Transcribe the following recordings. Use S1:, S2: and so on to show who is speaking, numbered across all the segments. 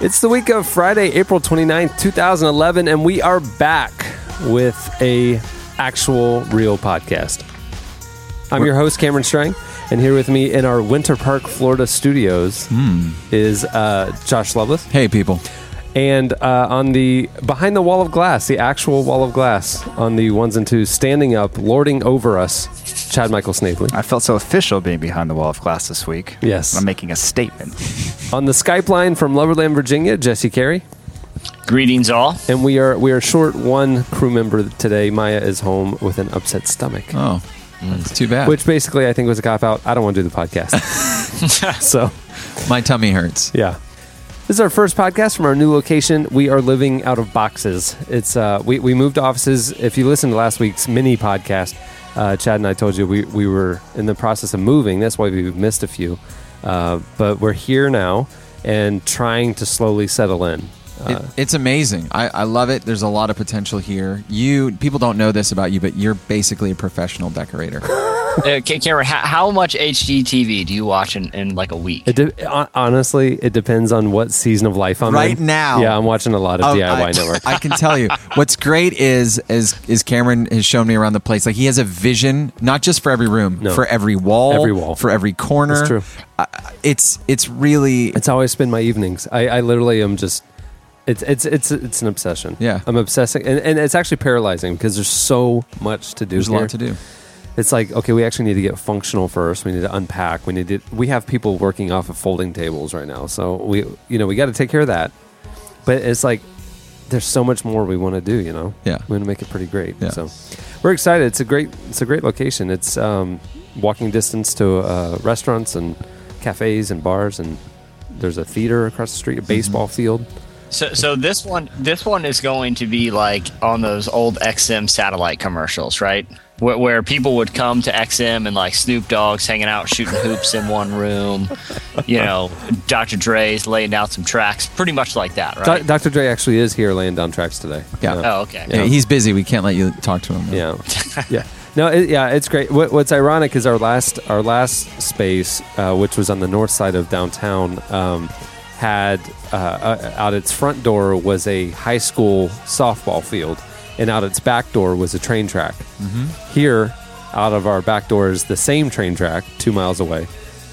S1: It's the week of Friday, April 29th, 2011, and we are back with a actual real podcast. I'm your host Cameron Strang, and here with me in our Winter Park, Florida studios is uh, Josh Lovelace,
S2: Hey, people.
S1: and uh, on the behind the wall of glass, the actual wall of glass, on the ones and twos, standing up, lording over us, Chad Michael Snavely.
S3: I felt so official being behind the wall of glass this week.
S1: Yes.
S3: I'm making a statement.
S1: On the Skype line from Loverland, Virginia, Jesse Carey.
S4: Greetings, all.
S1: And we are we are short one crew member today. Maya is home with an upset stomach,
S4: Uh,
S2: Oh, it's too bad.
S1: which basically I think was a cop out. I don't want to do the podcast. so
S2: My tummy hurts.
S1: yeah, this is our first podcast from our new location. We are living out of boxes. It's uh, we we moved offices. If you listened to last week's mini podcast, uh, Chad and I told you we we were in the process of moving. That's why we missed a few, uh, but we're here now and trying to slowly settle in.
S2: It- it's amazing. I, I love it. There's a lot of potential here. You people don't know this about you, but you're basically a professional decorator.
S4: Uh, Ca- Cameron, how, how much HGTV do you watch in, in like a week?
S1: It de- hon- honestly, it depends on what season of life I'm
S2: Right
S1: in.
S2: now.
S1: Yeah, I'm watching a lot of
S2: Oh,
S1: DIY
S2: I,
S1: Network.
S2: I can tell you. What's great is is is Cameron has shown me around the place. Like he has a vision, not just for every room,
S1: No.
S2: for every wall,
S1: Every wall.
S2: for every corner.
S1: It's true.
S2: I- I- it's it's really
S1: It's how I spend my evenings. I, I literally am just. It's it's it's it's an obsession.
S2: Yeah.
S1: I'm obsessing, and, and it's actually paralyzing because there's so much to do.
S2: there's a
S1: here.
S2: lot to do.
S1: It's like okay, we actually need to get functional first. We need to unpack. We need to. We have people working off of folding tables right now, so we you know we got to take care of that. But it's like there's so much more we want to do. You know,
S2: Yeah.
S1: we want to make it pretty great.
S2: Yeah.
S1: So we're excited. It's a great it's a great location. It's um, walking distance to uh, restaurants and cafes and bars and there's a theater across the
S2: Mm-hmm.
S1: street, a baseball field.
S4: So, so this one, this one is going to be like on those old XM satellite commercials, right? Where, where people would come to XM and like Snoop Dogg's hanging out shooting hoops in one room, you know, Dr. Dre's laying down some tracks, pretty much like that,
S1: Doc-
S4: right?
S1: Dr. Dre actually is here laying down tracks today.
S2: Yeah.
S4: oh, okay.
S2: Yeah, he's busy. We can't let you talk to him.
S1: Yeah, yeah. No, it, yeah, it's great. What, what's ironic is our last our last space, uh, which was on the north side of downtown, um, had uh, uh, out its front door was a high school softball field, and out its back door was a train track. Here, out of our back door is the same train track, two miles away,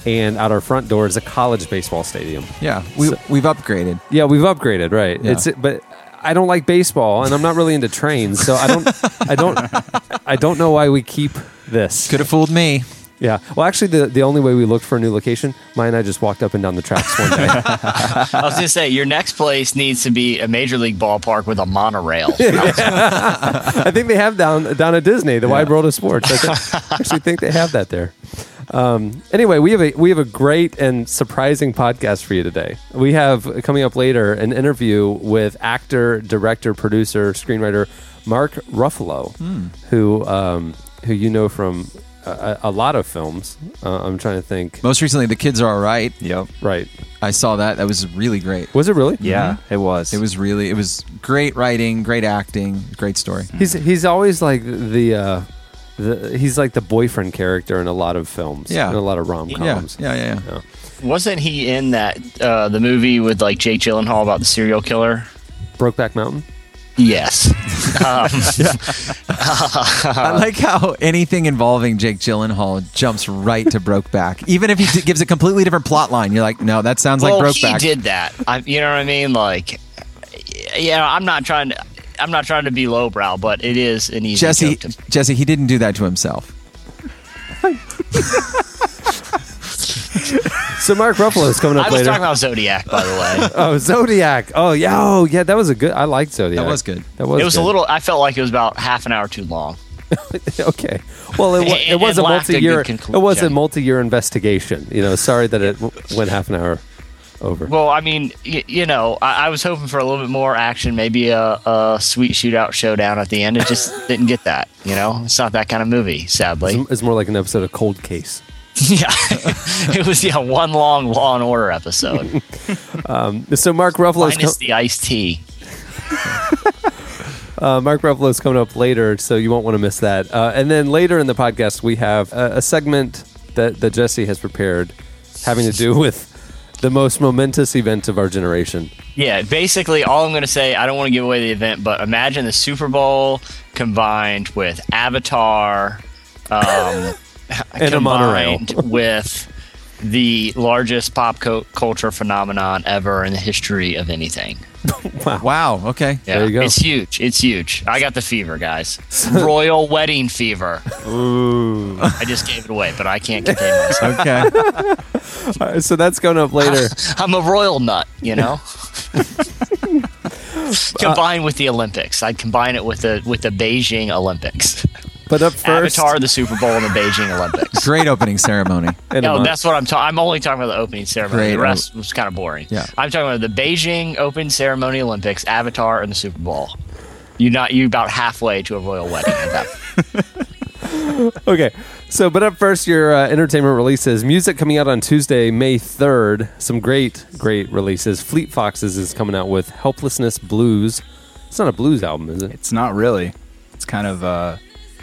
S1: and out our front door is a college baseball stadium.
S2: Yeah, we, we've upgraded.
S1: Yeah, we've upgraded, right?
S2: Yeah.
S1: It's but I don't like baseball, and I'm not really into trains, so I don't, I don't, I don't know why we keep this.
S2: Could have fooled me.
S1: Yeah. Well, actually, the the only way we looked for a new location, Maya and I just walked up and down the tracks one day.
S4: I was gonna say your next place needs to be a major league ballpark with a monorail.
S1: I think they have down down at Disney, the Wide World of Sports. I, think, I actually think they have that there. Um, anyway, we have a we have a great and surprising podcast for you today. We have uh, coming up later an interview with actor, director, producer, screenwriter Mark Ruffalo,
S2: Hmm.
S1: who um, who you know from a, a a lot of films. Uh, I'm trying to think.
S2: Most recently, the kids are all right.
S3: Yep.
S1: Right?
S2: I saw that. That was really great.
S1: Was it really?
S3: Yeah, it was.
S2: It was really. It was great writing, great acting, great story.
S1: He's he's always like the. Uh, the, he's like the boyfriend character in a lot of films,
S2: Yeah.
S1: in a lot of rom
S2: Yeah,
S1: coms.
S2: yeah, yeah, yeah.
S4: Wasn't he in that uh, the movie with like Jake Gyllenhaal about the serial killer?
S1: Brokeback Mountain.
S4: Yes. Um,
S2: I like how anything involving Jake Gyllenhaal jumps right to Brokeback, even if he d- gives a completely different plot line. You're like, no, that sounds
S4: well,
S2: like
S4: he
S2: Brokeback.
S4: did that. I, you know what I mean? Like, yeah, I'm not trying to. I'm not trying to be lowbrow, but it is an easy
S2: Jesse,
S4: joke to-
S2: Jesse, he didn't do that to himself.
S1: So Mark Ruffalo is coming
S4: I
S1: up
S4: was
S1: later.
S4: talking about Zodiac, by the way.
S1: oh, Zodiac. Oh, yeah. Oh, yeah. That was a good. I liked Zodiac.
S2: was good.
S1: That was.
S4: it was a
S1: good.
S4: little. I felt like it was about half an hour too long.
S1: okay. Well, it, wa-
S4: It-
S1: it was
S4: it
S1: a
S4: lacked a good
S1: multi-year. It
S4: conclusion.
S1: was a multi-year investigation. You know, sorry that it w- went half an hour over.
S4: Well, I mean, y- you know, I, I was hoping for a little bit more action, maybe a, a sweet shootout showdown at the end. It just didn't get that. You know, it's not that kind of movie, sadly.
S1: It's- it's more like an episode of Cold Case.
S4: yeah, it was yeah one long Law and Order episode
S1: So Mark Ruffalo's
S4: minus
S1: com-
S4: the iced tea.
S1: uh, Mark Ruffalo's coming up later, so you won't want to miss that. Uh, and then later in the podcast, we have a, a segment that that Jesse has prepared, having to do with the most momentous event of our generation.
S4: Yeah, basically, all I'm going to say, I don't want to give away the event, but imagine the Super Bowl combined with Avatar, um,
S1: And a monorail.
S4: combined with the largest pop co- culture phenomenon ever in the history of anything.
S2: Wow. Okay.
S4: Yeah,
S1: There you go.
S4: It's huge. It's huge. I got the fever, guys. Royal wedding fever. I just gave it away, but I can't contain myself.
S2: Okay.
S1: Uh, so that's coming up later.
S4: I'm a royal nut, you know. Combined with the Olympics, I'd combine it with the with the Beijing Olympics.
S1: But up first,
S4: Avatar, the Super Bowl, and the Beijing Olympics.
S2: Great opening ceremony.
S1: and a
S4: No,
S1: mon-
S4: that's what I'm talking. I'm only talking about the opening ceremony.
S2: Great.
S4: The rest was kind of boring.
S2: Yeah.
S4: I'm talking about the Beijing Open Ceremony Olympics, Avatar, and the Super Bowl. You not you about halfway to a royal wedding. at that point.
S1: Okay. So, but up first, your uh, entertainment releases. Music coming out on Tuesday, May 3rd. Some great, great releases. Fleet Foxes is coming out with Helplessness Blues. It's not a blues album, is it?
S5: It's not really. It's kind of uh,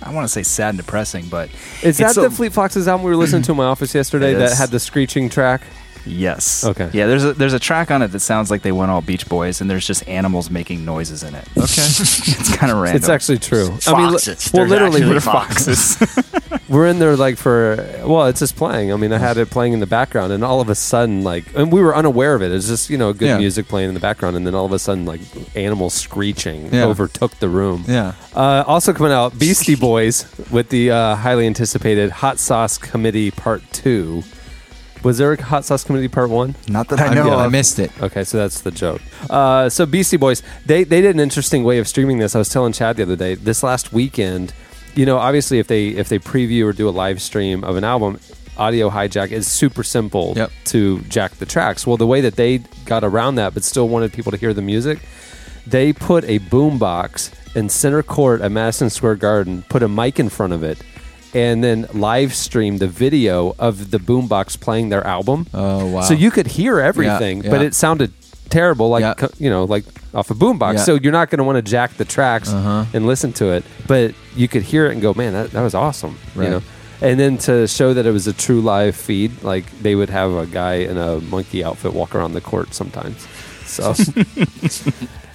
S5: I want to say sad and depressing, but
S1: Is that
S5: it's
S1: the
S5: a-
S1: Fleet Foxes album we were listening to in my office yesterday
S5: It
S1: that
S5: is.
S1: had the screeching track?
S5: Yes.
S1: Okay.
S5: Yeah, there's a there's a track on it that sounds like they went all Beach Boys, and there's just animals making noises in it.
S2: Okay.
S5: It's kind of random.
S1: It's actually true. li-
S4: Foxes.
S1: well,
S4: There's
S1: literally,
S4: actually
S1: we're,
S4: foxes.
S1: we're in there like for, well, it's just playing. I mean, I had it playing in the background, and all of a sudden, like, and we were unaware of it. It's just, you know, good
S2: Yeah.
S1: music playing in the background, and then all of a sudden, like, animals screeching
S2: Yeah.
S1: overtook the room.
S2: Yeah.
S1: Uh, also coming out, Beastie Boys with the uh, highly anticipated Hot Sauce Committee Part Two. Was there a Hot Sauce Committee Part One?
S5: not that I
S2: I,
S5: know.
S2: I
S5: of.
S2: missed it.
S1: Okay, so that's the joke. Uh, so Beastie Boys, they they did an interesting way of streaming this. I was telling Chad the other day, this last weekend, you know, obviously if they if they preview or do a live stream of an album, audio hijack is super simple
S2: Yep.
S1: to jack the tracks. Well, the way that they got around that but still wanted people to hear the music, they put a boombox in center court at Madison Square Garden, put a mic in front of it. And then live streamed the video of the boombox playing their album.
S2: Oh, wow.
S1: So you could hear everything, but
S2: yeah.
S1: it sounded terrible, like
S2: Yeah.
S1: co- you know, like off a boombox.
S2: Yeah. Uh-huh.
S1: So you're not going to want to jack the tracks and listen to it, but you could hear it and go, "Man, that, that was awesome!" You
S2: Right.
S1: know. And then to show that it was a true live feed, like they would have a guy in a monkey outfit walk around the court sometimes. So,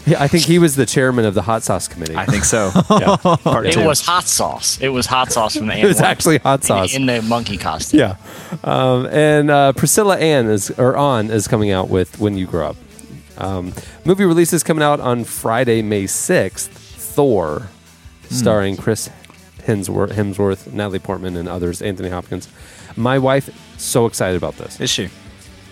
S1: yeah, I think he was the chairman of the hot sauce committee.
S5: I think so. Part
S4: It
S5: two.
S4: was hot sauce. It was hot sauce from the
S1: it
S4: animal.
S1: was actually hot sauce.
S4: in, in the monkey costume.
S1: yeah. Um, and uh, Priscilla Ann is or on is coming out with When You Grow Up. Um, movie release is coming out on Friday, May sixth. Thor, starring Chris Hemsworth, Hemsworth, Natalie Portman, and others. Anthony Hopkins. My wife so excited about this.
S5: Is she?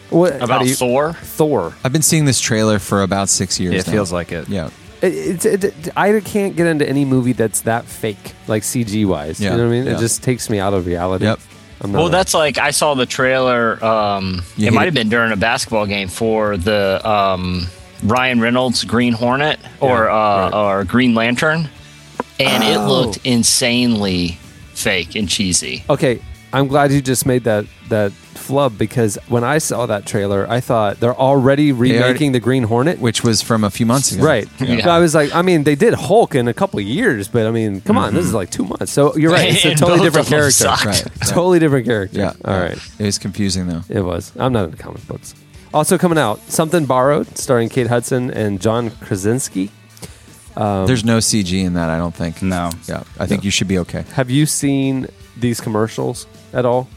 S1: What, how
S4: About
S1: do you-
S4: Thor,
S1: Thor.
S2: I've been seeing this trailer for about six years.
S5: Yeah, it
S2: now.
S5: feels like it.
S2: Yeah.
S1: It, it, it, I can't get into any movie that's that fake, like CG wise.
S2: Yeah,
S1: You know what I mean?
S2: yeah.
S1: It just takes me out of reality.
S2: Yep.
S1: I'm not
S4: Well,
S1: a-
S4: that's like I saw the trailer. Um,
S2: You
S4: it
S2: hate
S4: might
S2: it.
S4: have been during a basketball game for the um, Ryan Reynolds Green Hornet or uh, or Green Lantern, and it
S1: Oh.
S4: looked insanely fake and cheesy.
S1: Okay, I'm glad you just made that that flub because when I saw that trailer, I thought they're already remaking
S2: already-
S1: the Green Hornet.
S2: Which was from a few months ago.
S1: right.
S4: Yeah.
S1: So I was like, I mean, they did Hulk in a couple of years, but I mean, come on, this is like two months. So you're right. It's a
S4: And
S1: totally
S4: both
S1: different
S4: of them
S1: character.
S4: sucked.
S2: Right.
S1: Totally different character.
S2: Yeah.
S1: All right.
S2: It was confusing though.
S1: It was. I'm not into comic books. Also coming out, Something Borrowed, starring Kate Hudson and John Krasinski.
S2: There's no CG in that. I don't think.
S5: No.
S2: Yeah. I think you should be okay.
S1: Have you seen these commercials at all?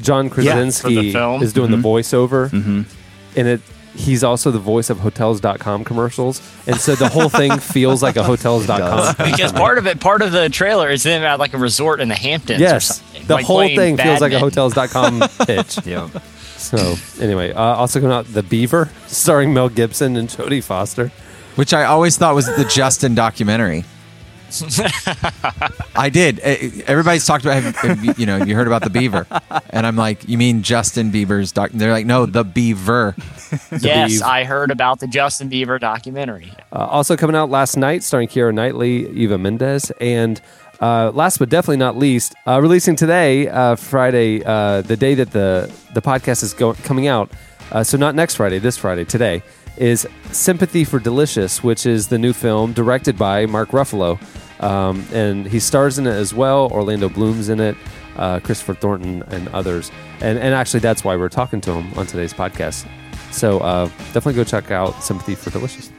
S1: John Krasinski
S4: film?
S1: is doing the voiceover, and it he's also the voice of Hotels.com commercials, and so the whole thing feels like a Hotels.com.
S4: Because part of it, part of the trailer is them at like a resort in the Hamptons. or
S1: yes,
S4: something,
S1: the
S4: like
S1: whole thing
S4: playing
S1: feels like a
S4: badminton.
S1: Hotels.com pitch.
S5: Yeah.
S1: So anyway, uh, also coming out, The Beaver, starring Mel Gibson and Jodie Foster.
S2: Which I always thought was the Justin documentary. I did. Eh, Everybody's talked about, have, have you, you know, have you heard about the beaver? And I'm like, you mean Justin Bieber's doc? They're like, no, the beaver.
S4: yes,
S1: Bieber.
S4: I heard about the Justin Bieber documentary.
S1: Uh, also coming out last night, starring Keira Knightley, Eva Mendes, and uh, last but definitely not least, uh, releasing today, uh, Friday, uh, the day that the the podcast is go- coming out. Uh, so not next Friday, this Friday, today is Sympathy for Delicious, which is the new film directed by Mark Ruffalo, um, and he stars in it as well. Orlando Bloom's in it. Uh, Christopher Thornton and others, and and actually that's why we're talking to him on today's podcast. So uh, definitely go check out Sympathy for Delicious.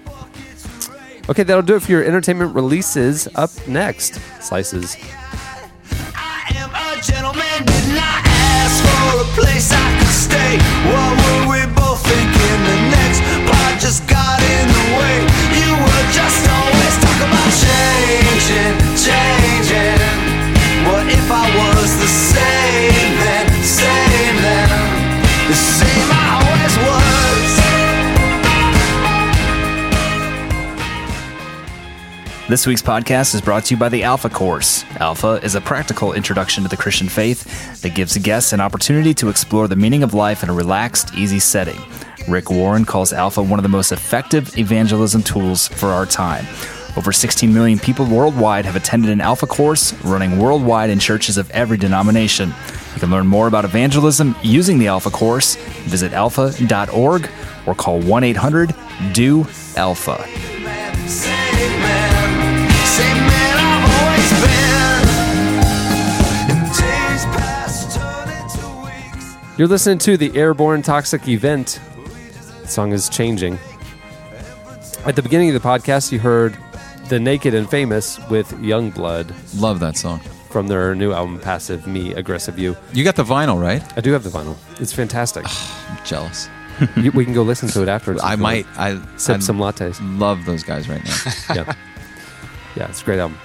S1: Okay, that'll do it for your entertainment releases. Up next, slices.
S6: I am a gentleman, didn't I ask for a place I could stay? What were we both thinking? The next part just got in the way. You were just always talking about changing, changing. What if I was the same then, same then? The same I always was.
S3: This week's podcast is brought to you by the Alpha Course. Alpha is a practical introduction to the Christian faith that gives guests an opportunity to explore the meaning of life in a relaxed, easy setting. Rick Warren calls Alpha one of the most effective evangelism tools for our time. Over 16 million people worldwide have attended an Alpha course running worldwide in churches of every denomination. You can learn more about evangelism using the Alpha course. Visit alpha.org or call 1 800 DO Alpha.
S6: Same man, same man I've always been. And days past turn into weeks.
S1: You're listening to the Airborne Toxic Event. The song is changing. At the beginning of the podcast, you heard The Naked and Famous with Youngblood
S2: Love that song.
S1: from their new album Passive Me Aggressive You.
S2: You got the vinyl, right?
S1: I do have the vinyl. It's fantastic.
S2: I'm jealous.
S1: You- we can go listen to it afterwards.
S2: I
S1: if you
S2: might.
S1: want.
S2: I
S1: sip
S2: I
S1: some lattes.
S2: Love those guys right now.
S1: Yeah. yeah, it's a great album.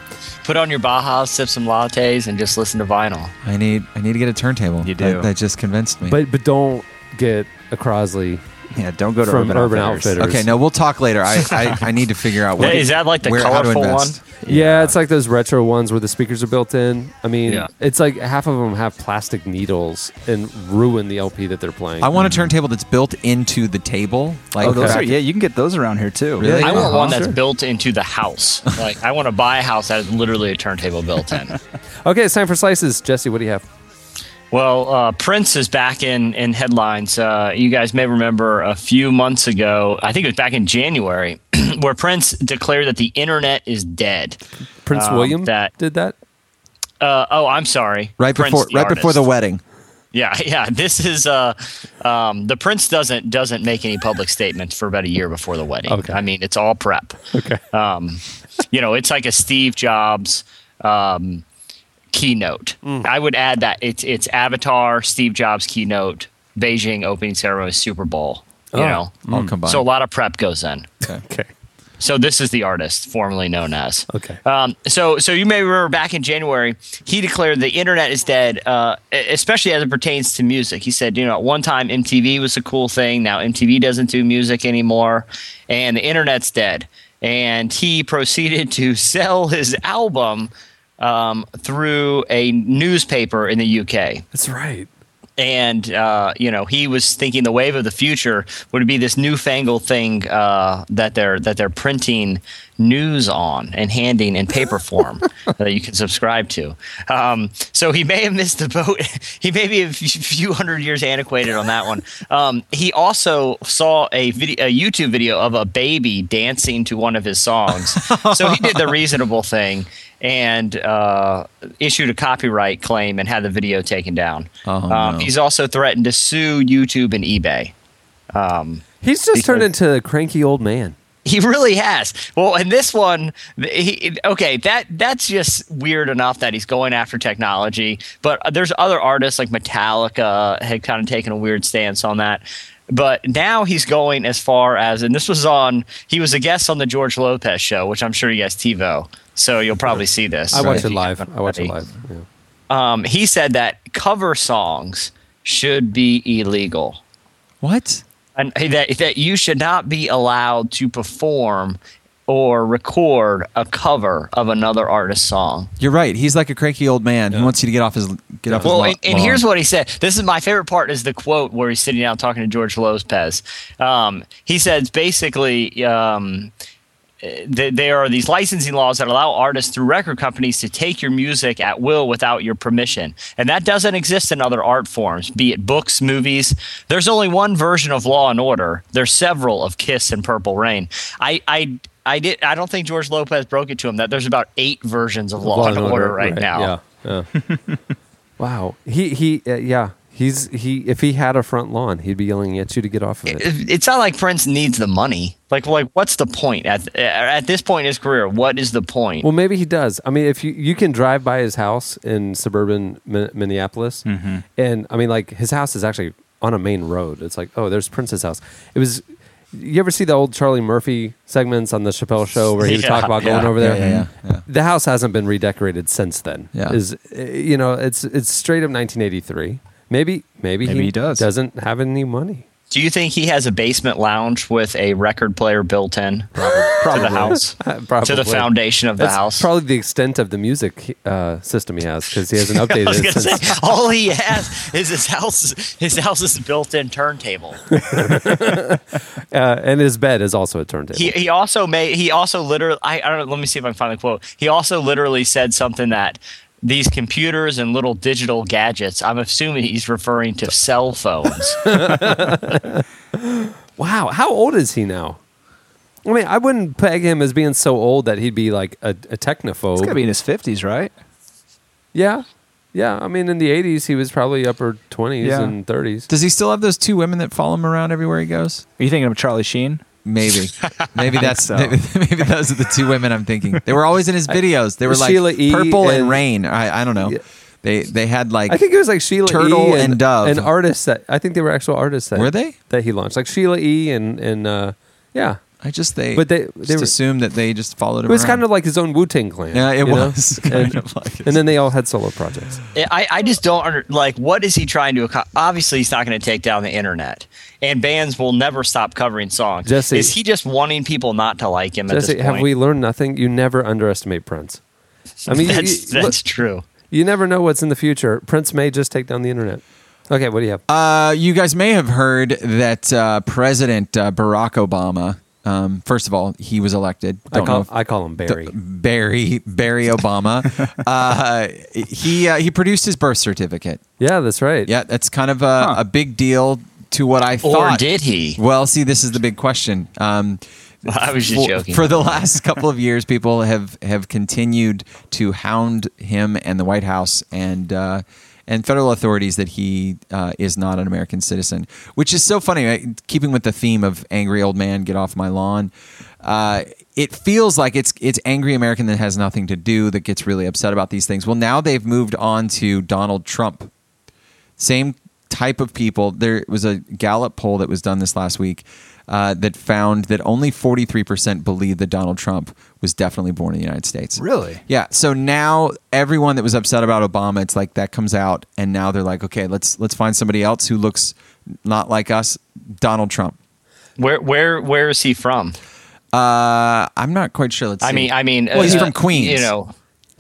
S4: Put on your Baja, sip some lattes, and just listen to vinyl.
S2: I need. I need to get a turntable.
S5: You do.
S2: That, that just convinced me.
S1: But but don't get a Crosley
S5: Yeah, don't go to
S1: from
S5: Urban,
S1: Urban
S5: Outfitters.
S1: Outfitters.
S2: okay, no, we'll talk later. I, I, I need to figure out what
S4: Is that like the
S2: where, how to
S4: colorful one?
S2: invest.
S1: Yeah. it's like those retro ones where the speakers are built in. I mean,
S5: Yeah.
S1: it's like half of them have plastic needles and ruin the LP that they're playing.
S2: I want a turntable that's built into the table. Like
S5: Oh, those
S2: back-
S5: are yeah. You can get those around here too.
S2: Really?
S4: I want
S2: Uh-huh.
S4: one that's
S2: Sure.
S4: built into the house. Like I want to buy a house that is literally a turntable built in.
S1: okay, it's time for slices. Jesse, what do you have?
S4: Well, uh, Prince is back in in headlines. Uh, you guys may remember a few months ago. I think it was back in January, where Prince declared that the internet is dead.
S1: Prince
S4: Um,
S1: William
S4: that-
S1: did that.
S4: Uh, oh, I'm sorry.
S2: right
S4: Prince,
S2: before
S4: the
S2: right before the
S4: artist.
S2: wedding.
S4: Yeah, yeah. This is uh, um, the prince doesn't doesn't make any public statements for about a year before the wedding.
S1: Okay.
S4: I mean, it's all prep.
S1: Okay.
S4: Um, you know, it's like a Steve Jobs um, keynote.
S1: Mm.
S4: I would add that it's it's Avatar, Steve Jobs keynote, Beijing opening ceremony, Super Bowl. You
S1: Oh.
S4: know,
S2: All combined.
S4: so a lot of prep goes in.
S1: Okay.
S4: So this is the artist formerly known as.
S1: Okay.
S4: Um, so so you may remember back in January, he declared the internet is dead, uh, e- especially as it pertains to music. He said, you know, at one time MTV was a cool thing. Now MTV doesn't do music anymore, and the internet's dead. And he proceeded to sell his album um, through a newspaper in the UK
S1: That's right.
S4: and uh, you know he was thinking the wave of the future would be this newfangled thing uh, that they're that they're printing news on and handing in paper form that you can subscribe to. Um, so he may have missed the boat. he may be a f- few hundred years antiquated on that one. Um, he also saw a video, a YouTube video of a baby dancing to one of his songs. so he did the reasonable thing and uh, issued a copyright claim and had the video taken down.
S2: Oh,
S4: um,
S2: no.
S4: He's also threatened to sue YouTube and eBay.
S1: He's just turned into a cranky old man.
S4: He really has. Well, and this one, th- he, okay, that that's just weird enough that he's going after technology. But there's other artists like Metallica had kind of taken a weird stance on that. But now he's going as far as, and this was on, he was a guest on the George Lopez show, which I'm sure you guys TiVo, so you'll probably see this.
S1: I watch
S4: if
S1: it
S4: you
S1: live.
S4: haven't
S1: I watch it
S4: already
S1: live. Yeah.
S4: um, he said that cover songs should be illegal
S2: What?
S4: and that, that you should not be allowed to perform or record a cover of another artist's song.
S2: You're right. He's like a cranky old man who wants you to get off his get off his
S4: Well,
S2: lo-
S4: and, and
S2: lawn.
S4: here's what he said. This is my favorite part is the quote where he's sitting down talking to George Lopez. Um, he says basically um, eh, th- there are these licensing laws that allow artists through record companies to take your music at will without your permission, and that doesn't exist in other art forms, be it books, movies. There's only one version of Law and Order. There's several of Kiss and Purple Rain. I. I I did. I don't think George Lopez broke it to him that there's about eight versions of Law, and Order, right, now.
S1: Yeah. yeah. wow. He he uh, yeah. He's he if he had a front lawn, he'd be yelling at you to get off of it.
S4: it- it's not like Prince needs the money. Like, like, what's the point at at this point in his career? What is the point?
S1: Well, maybe he does. I mean, if you you can drive by his house in suburban Mi- Minneapolis,
S4: Mm-hmm.
S1: and I mean, like his house is actually on a main road. It's like, oh, there's Prince's house. It was. You ever see the old Charlie Murphy segments on the Chappelle Show where he would
S4: Yeah,
S1: talk about going
S4: yeah,
S1: over there?
S2: yeah, yeah, yeah.
S1: The house hasn't been redecorated since then.
S2: Yeah.
S1: Is uh, you know, it's it's straight up 1983. Maybe maybe,
S5: Maybe he does.
S1: doesn't have any money.
S4: Do you think he has a basement lounge with a record player built in to the house,
S1: Uh, Probably.
S4: to the foundation of the
S1: That's
S4: house?
S1: Probably the extent of the music uh, system he has because he hasn't
S4: I
S1: updated
S4: was
S1: it
S4: gonna
S1: since.
S4: say all he has is his house. His house's built-in turntable.
S1: Uh, and his bed is also a turntable.
S4: He he also made he also literally I, I don't know, let me see if I can find the quote. He also literally said something that these computers and little digital gadgets. I'm assuming he's referring to cell phones.
S1: wow, how old is he now? I mean, I wouldn't peg him as being so old that he'd be like a, a technophobe.
S5: He's got to be in his 50s, right?
S1: yeah, yeah. I mean, in the '80s, he was probably upper 20s
S5: Yeah.
S1: and 30s.
S2: Does he still have those two women that follow him around everywhere he goes?
S5: Are you thinking of Charlie Sheen?
S2: Maybe, maybe that's
S5: so.
S2: maybe, maybe those are the two women I'm thinking. They were always in his videos. They were like
S1: Sheila E.
S2: purple and,
S1: and-
S2: rain. I, I don't know.
S1: Yeah.
S2: They they had like
S1: I think it was like Sheila
S2: Turtle
S1: e
S2: and Dove.
S1: and artists that I think they were actual artists that
S2: Were they?
S1: that he launched, like Sheila E. and and uh, yeah,
S2: I just they
S1: But they-
S2: just
S1: they were-
S2: assumed that they just followed him.
S1: it was
S2: around.
S1: kind of like his own Wu Tang Clan.
S2: yeah, it
S1: you know?
S2: was
S1: And,
S2: kind of like
S1: and then they all had solo projects.
S4: Eh, I, I just don't under, like what is he trying to accomplish? Obviously, he's not going to take down the internet, and bands will never stop covering songs.
S1: Jesse-
S4: is he just wanting people not to like him at
S1: Jesse,
S4: this
S1: have
S4: point?
S1: we learned nothing? You never underestimate Prince. I mean, you-
S4: that's
S1: you, look,
S4: that's true.
S1: you never know what's in the future. Prince may just take down the internet. Okay, what do you have?
S2: Uh, you guys may have heard that uh, President uh, Barack Obama. Um, first of all, he was elected.
S1: I
S2: Don't know um,
S1: call
S2: if-
S1: I call him Barry.
S2: Barry Barry Obama. uh, he uh, he produced his birth certificate.
S1: yeah, that's right.
S2: Yeah, that's kind of a, a big deal to what I
S4: Or
S2: thought.
S4: did he?
S2: Well, see, this is the big question. Um,
S4: I was just
S2: for,
S4: joking.
S2: For the last couple of years, people have have continued to hound him and the White House and uh, and federal authorities that he uh, is not an American citizen, which is so funny. right? Keeping with the theme of angry old man, get off my lawn. Uh, it feels like it's it's angry American that has nothing to do that gets really upset about these things. Well, now they've moved on to Donald Trump same type of people. There was a Gallup poll that was done this last week uh, that found that only 43% believe that Donald Trump was definitely born in the United States.
S5: Really?
S2: Yeah. So now everyone that was upset about Obama, it's like that comes out, and now they're like, okay, let's let's find somebody else who looks not like us. Donald Trump.
S4: Where where where is he from?
S2: Uh, I'm not quite sure. Let's.
S4: I
S2: see.
S4: mean, I mean,
S2: well, he's
S4: uh,
S2: from Queens.
S4: You know,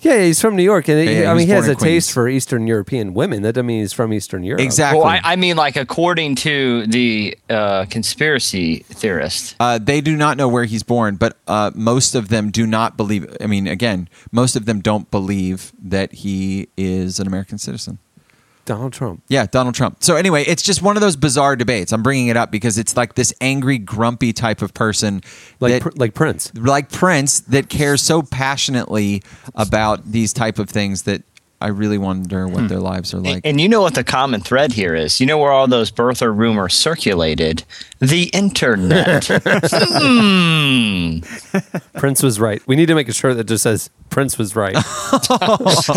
S1: yeah, yeah, he's from New York, and it-
S2: Yeah, yeah,
S1: I
S2: he was
S1: mean, he has
S2: born
S1: a
S2: in Queens.
S1: taste for Eastern European women. That doesn't mean he's from Eastern Europe.
S2: exactly.
S4: well, I, I mean, like according to the uh, conspiracy theorist,
S2: Uh, they do not know where he's born, but uh, most of them do not believe. I mean, again, most of them don't believe that he is an American citizen.
S1: Donald Trump.
S2: Yeah, Donald Trump. So anyway, it's just one of those bizarre debates. I'm bringing it up because it's like this angry, grumpy type of person,
S1: Like
S2: that-
S1: Pr- like Prince.
S2: like Prince, that cares so passionately about these type of things that I really wonder what their lives are like.
S4: and you know what the common thread here is. You know where all those birther rumors circulated? The internet.
S1: Prince was right. We need to make a shirt that just says Prince was right.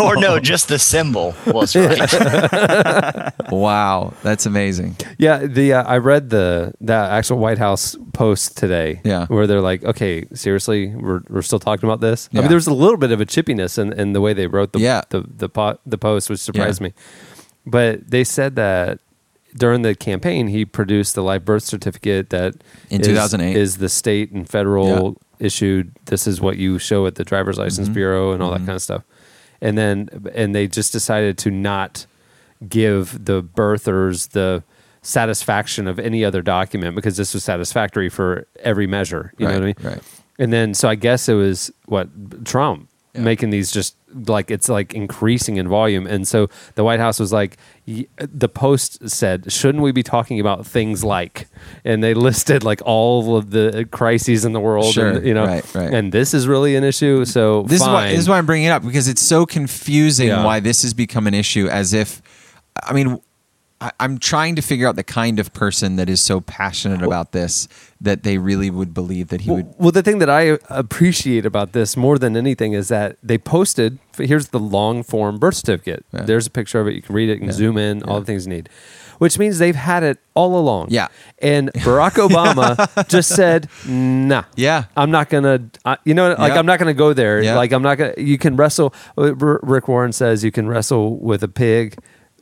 S4: or no, just the symbol was right.
S2: wow, that's amazing.
S1: Yeah, the uh, I read the the actual White House post today.
S2: Yeah.
S1: where they're like, okay, seriously, we're, we're still talking about this. I
S2: Yeah.
S1: mean, there was a little bit of a chippiness in, in the way they wrote the
S2: Yeah.
S1: the the, po- the post, which surprised me. But they said that during the campaign, he produced the live birth certificate that
S2: In
S1: is-
S2: 2008.
S1: is the state and federal issued. This is what you show at the driver's license bureau and all that kind of stuff. And then and they just decided to not give the birthers the satisfaction of any other document because this was satisfactory for every measure. You know
S2: Right,
S1: what I mean?
S2: right.
S1: And then so I guess it was what Trump making these just like it's like increasing in volume and so the white house was like y- the post said shouldn't we be talking about things like and they listed like all of the crises in the world
S2: Sure,
S1: and you know
S2: right, right.
S1: and this is really an issue so
S2: This is why
S1: fine.
S2: this is why I'm bringing it up because it's so confusing
S1: Yeah.
S2: why this has become an issue. As if, I mean, I, I'm trying to figure out the kind of person that is so passionate about this that they really would believe that he would.
S1: Well, well, the thing that I appreciate about this more than anything is that they posted. Here's the long form birth certificate.
S2: Yeah.
S1: There's a picture of it. You can read it. You can zoom in. All the things you need, which means they've had it all along.
S2: Yeah.
S1: And Barack Obama just said, "Nah,
S2: Yeah.
S1: I'm not gonna. I, you know, like
S2: Yeah.
S1: I'm not gonna go there.
S2: Yeah.
S1: Like I'm not gonna. You can wrestle. uh, R- Rick Warren says you can wrestle with a pig."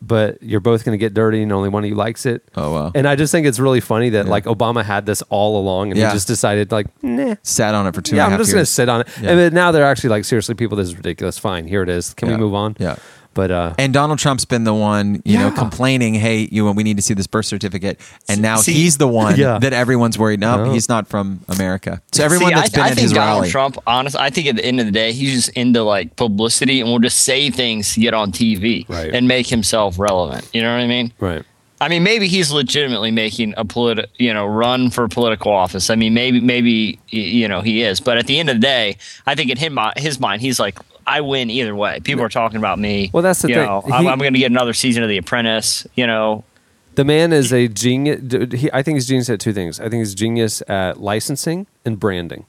S1: But you're both going to get dirty, and only one of you likes it.
S2: Oh, wow.
S1: And I just think it's really funny that like Obama had this all along, and
S2: Yeah.
S1: he just decided like, nah,
S2: Sat on it for two.
S1: yeah,
S2: and a
S1: I'm
S2: half
S1: just gonna
S2: years.
S1: sit on it.
S2: Yeah.
S1: And then now they're actually like, seriously, people, this is ridiculous. Fine, here it is. Can
S2: Yeah.
S1: we move on?
S2: Yeah.
S1: But uh,
S2: And Donald Trump's been the one, you know,
S1: Yeah.
S2: complaining, "Hey, you, we need to see this birth certificate." And now
S4: see-
S2: he's the one
S1: Yeah.
S2: that everyone's worried. No,
S1: No.
S2: he's not from America. So everyone
S4: See,
S2: that's
S4: I,
S2: been
S4: I
S2: at
S4: think
S2: his
S4: Donald
S2: rally,
S4: Trump, honest, I think at the end of the day, he's just into like publicity and will just say things to get on TV
S1: Right.
S4: and make himself relevant. You know what I mean?
S1: right.
S4: I mean, maybe he's legitimately making a politi- you know, run for political office. I mean, maybe, maybe, y- you know, he is. But at the end of the day, I think in him, his mind, he's like, I win either way. People are talking about me.
S1: Well, that's the
S4: you
S1: thing.
S4: know, I'm,
S1: He-
S4: I'm going to get another season of The Apprentice. You know,
S1: The man is a genius. dude, He, I think he's genius at two things. I think he's genius at licensing and branding,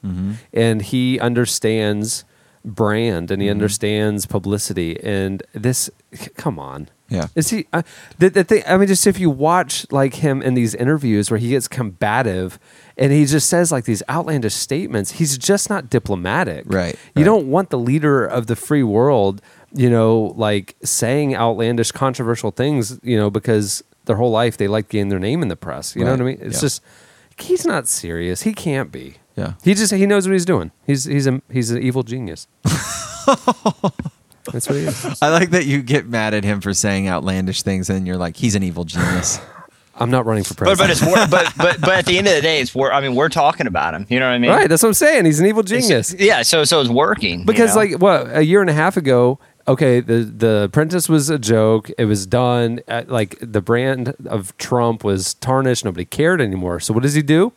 S1: and he understands brand and he understands publicity. And this, come on,
S2: Yeah.
S1: is he? Uh, the, the thing, I mean, just if you watch like him in these interviews where he gets combative. And he just says like these outlandish statements. He's just not diplomatic.
S2: Right,
S1: You
S2: right.
S1: don't want the leader of the free world, you know, like saying outlandish, controversial things, you know, because their whole life they like getting their name in the press. You know
S2: Right,
S1: what I mean? It's
S2: yeah.
S1: just he's not serious. He can't be.
S2: Yeah.
S1: He just he knows what he's doing. He's he's a he's an evil genius. That's what he is.
S2: I like that you get mad at him for saying outlandish things, and you're like, he's an evil genius.
S1: I'm not running for
S4: but
S1: president.
S4: but it's wor- but but but at the end of the day, it's wor- I mean, we're talking about him. You know what I mean?
S1: right, that's what I'm saying. He's an evil genius.
S4: Yeah. So so it's working you
S1: because
S4: know?
S1: like what a year and a half ago okay the the apprentice was a joke it was done Uh like the brand of trump was tarnished nobody cared anymore so what does he do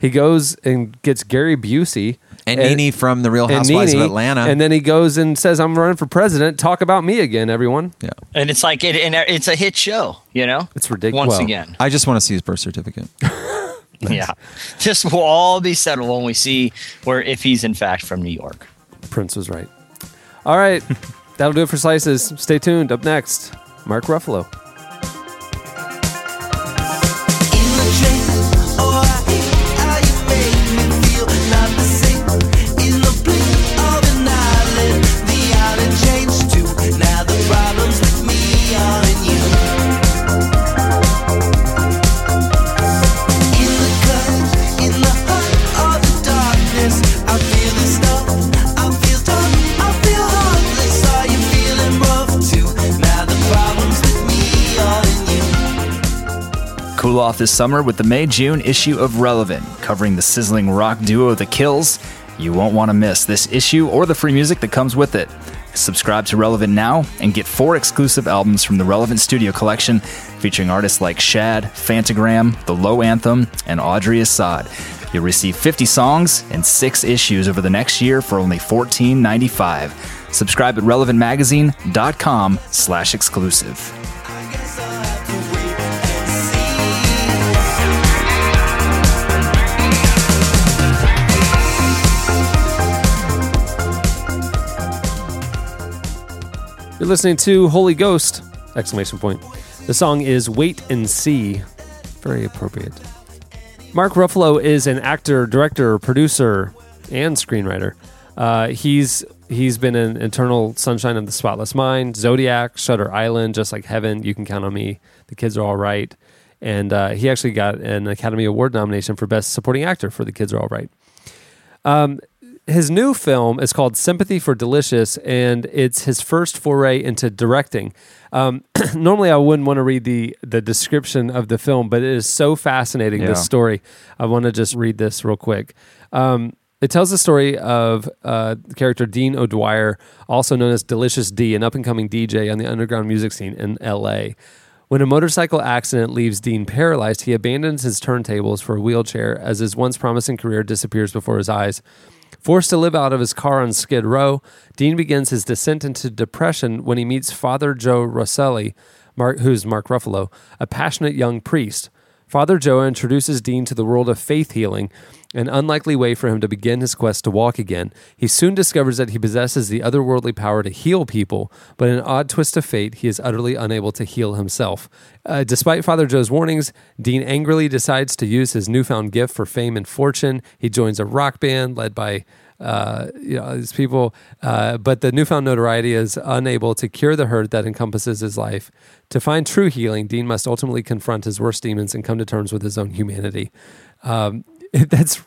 S1: he goes and gets gary busey
S2: And, Nene from the Real Housewives
S1: Nene,
S2: of Atlanta.
S1: and then he goes and says i'm running for president talk about me again everyone
S2: yeah.
S4: and it's like it, and it's a hit show. You know,
S1: It's ridic-
S4: Once
S1: well,
S4: again,
S2: I just want to see his birth certificate.
S4: yeah, this will all be settled when we see where if he's in fact from New York.
S1: prince was right all right that'll do it for slices stay tuned up next mark ruffalo
S6: In the train, oh I hate how you make me feel not the same. In the blink of an eyelid, the island changed too. Now the problems with me are in you. In the cut, in the heart of the darkness, I feel this stuff. I feel tough, I feel heartless. Are you feeling rough too? Now the problems with me are in you.
S3: Cool off this summer with the May June issue of Relevant, covering the sizzling rock duo The Kills. You won't want to miss this issue or the free music that comes with it. Subscribe to Relevant now and get four exclusive albums from the Relevant Studio Collection featuring artists like Shad, Fantagram, The Low Anthem, and Audrey Assad. You'll receive 50 songs and six issues over the next year for only $14.95. Subscribe at relevantmagazine.com slash exclusive.
S6: I guess I'll have to wait and see.
S1: You're listening to Holy Ghost! Exclamation point. The song is Wait and See. Very appropriate. Mark Ruffalo is an actor, director, producer, and screenwriter. Uh, he's he's been in Eternal Sunshine of the Spotless Mind, Zodiac, Shutter Island, Just Like Heaven, You Can Count on Me, The Kids Are All Right, and uh, he actually got an Academy Award nomination for Best Supporting Actor for The Kids Are All Right. Um, his new film is called Sympathy for Delicious, and it's his first foray into directing. Um, normally, I wouldn't want to read the the description of the film, but it is so fascinating.
S5: Yeah.
S1: This story, I want to just read this real quick. Um, it tells the story of uh, the character Dean O'Dwyer, also known as Delicious D, an up and coming DJ on the underground music scene in L.A. When a motorcycle accident leaves Dean paralyzed, he abandons his turntables for a wheelchair as his once promising career disappears before his eyes. Forced to live out of his car on Skid Row, Dean begins his descent into depression when he meets Father Joe Rosselli, Mark, who's Mark Ruffalo, a passionate young priest. Father Joe introduces Dean to the world of faith healing, an unlikely way for him to begin his quest to walk again. He soon discovers that he possesses the otherworldly power to heal people, but in an odd twist of fate, he is utterly unable to heal himself. Uh, despite Father Joe's warnings, Dean angrily decides to use his newfound gift for fame and fortune. He joins a rock band led by uh, you know, these people, uh, but the newfound notoriety is unable to cure the hurt that encompasses his life. To find true healing, Dean must ultimately confront his worst demons and come to terms with his own humanity. Um, that's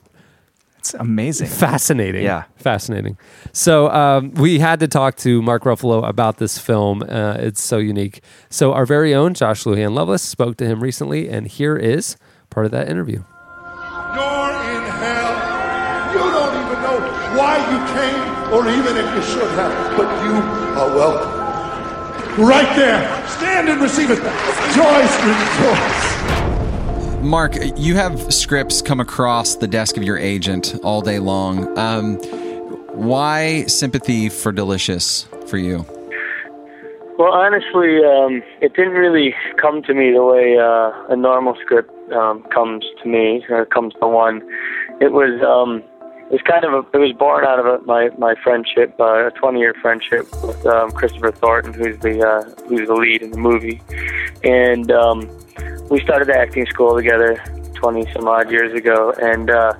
S5: It's amazing.
S1: fascinating.
S5: Yeah.
S1: fascinating. So um, we had to talk to Mark Ruffalo about this film. Uh, it's so unique. So our very own Josh Luhan Lovelace spoke to him recently, and here is part of that interview.
S7: You're in hell. You don't even know why you came, or even if you should have, but you are welcome. Right there. Stand and receive it. Rejoice, rejoice.
S2: Mark, you have scripts come across the desk of your agent all day long. Um, why sympathy for delicious for you?
S8: Well, honestly, um, it didn't really come to me the way uh, a normal script um, comes to me or comes to one. It was um, it was kind of a, it was born out of a, my my friendship, uh, a 20-year friendship with um, Christopher Thornton, who's the uh, who's the lead in the movie, and um, we started acting school together 20 some odd years ago, and uh,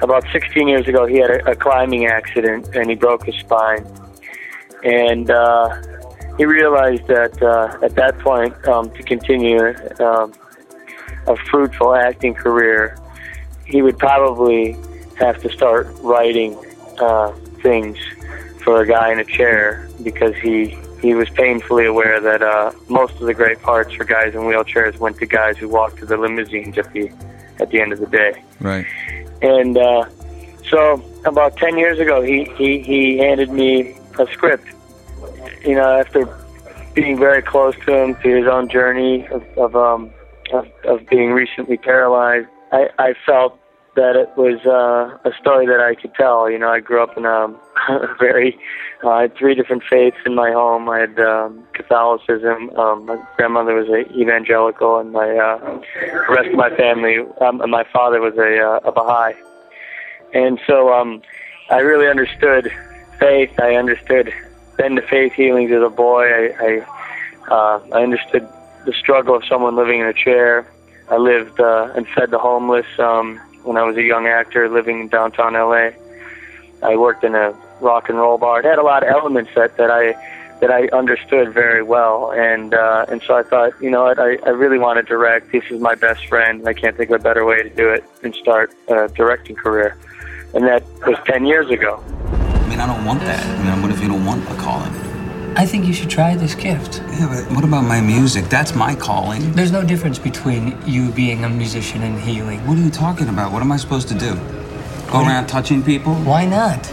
S8: about 16 years ago, he had a, a climbing accident and he broke his spine and uh, he realized that uh, at that point um, to continue um, a fruitful acting career, he would probably have to start writing uh, things for a guy in a chair because he he was painfully aware that uh, most of the great parts for guys in wheelchairs went to guys who walked to the limousines at the at the end of the day.
S2: Right.
S8: And uh, so, about 10 years ago, he, he, he handed me a script. You know, after being very close to him, to his own journey of, of, um, of, of being recently paralyzed, I, I felt that it was uh, a story that I could tell. You know, I grew up in um, a very, uh, I had three different faiths in my home. I had um, Catholicism. Um, my grandmother was a evangelical, and my uh, the rest of my family, um, and my father was a, uh, a Baha'i. And so um, I really understood faith. I understood then the faith healings as a boy. I, I, uh, I understood the struggle of someone living in a chair. I lived uh, and fed the homeless um, when I was a young actor living in downtown LA. I worked in a rock and roll bar. It had a lot of elements that, that I that I understood very well, and uh, and so I thought, you know what, I, I really want to direct. This is my best friend. I can't think of a better way to do it and start a directing career. And that was ten years ago.
S9: I mean, I don't want that. I mean, what if you don't want a calling?
S10: I think you should try this gift.
S9: Yeah, but what about my music? That's my calling.
S10: There's no difference between you being a musician and healing.
S9: What are you talking about? What am I supposed to do? Go around touching people
S10: Why not?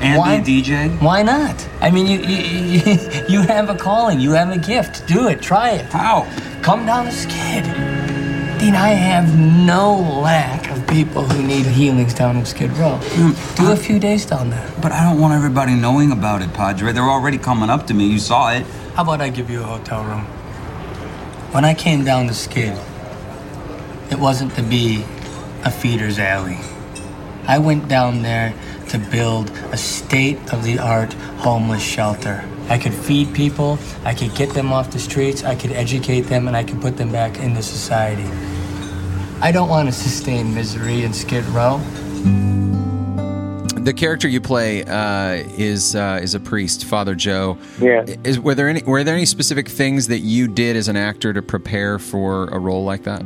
S9: and
S10: why-
S9: be a DJ?
S10: Why not? I mean, you you, you have a calling. You have a gift. Do it. Try it.
S9: How?
S10: Come down the skid. Dean, I have no lack of people who need healings down in Skid Row.
S9: Hmm.
S10: Do a few days down there.
S9: But I don't want everybody knowing about it, Padre. They're already coming up to me. You saw it.
S10: How about I give you a hotel room? When I came down the skid, it wasn't to be a feeder's alley. I went down there to build a state of the art homeless shelter. I could feed people, I could get them off the streets, I could educate them, and I could put them back into society. I don't want to sustain misery in Skid Row.
S2: The character you play uh, is uh, is a priest, Father Joe.
S8: Yeah.
S2: Is were there any were there any specific things that you did as an actor to prepare for a role like that?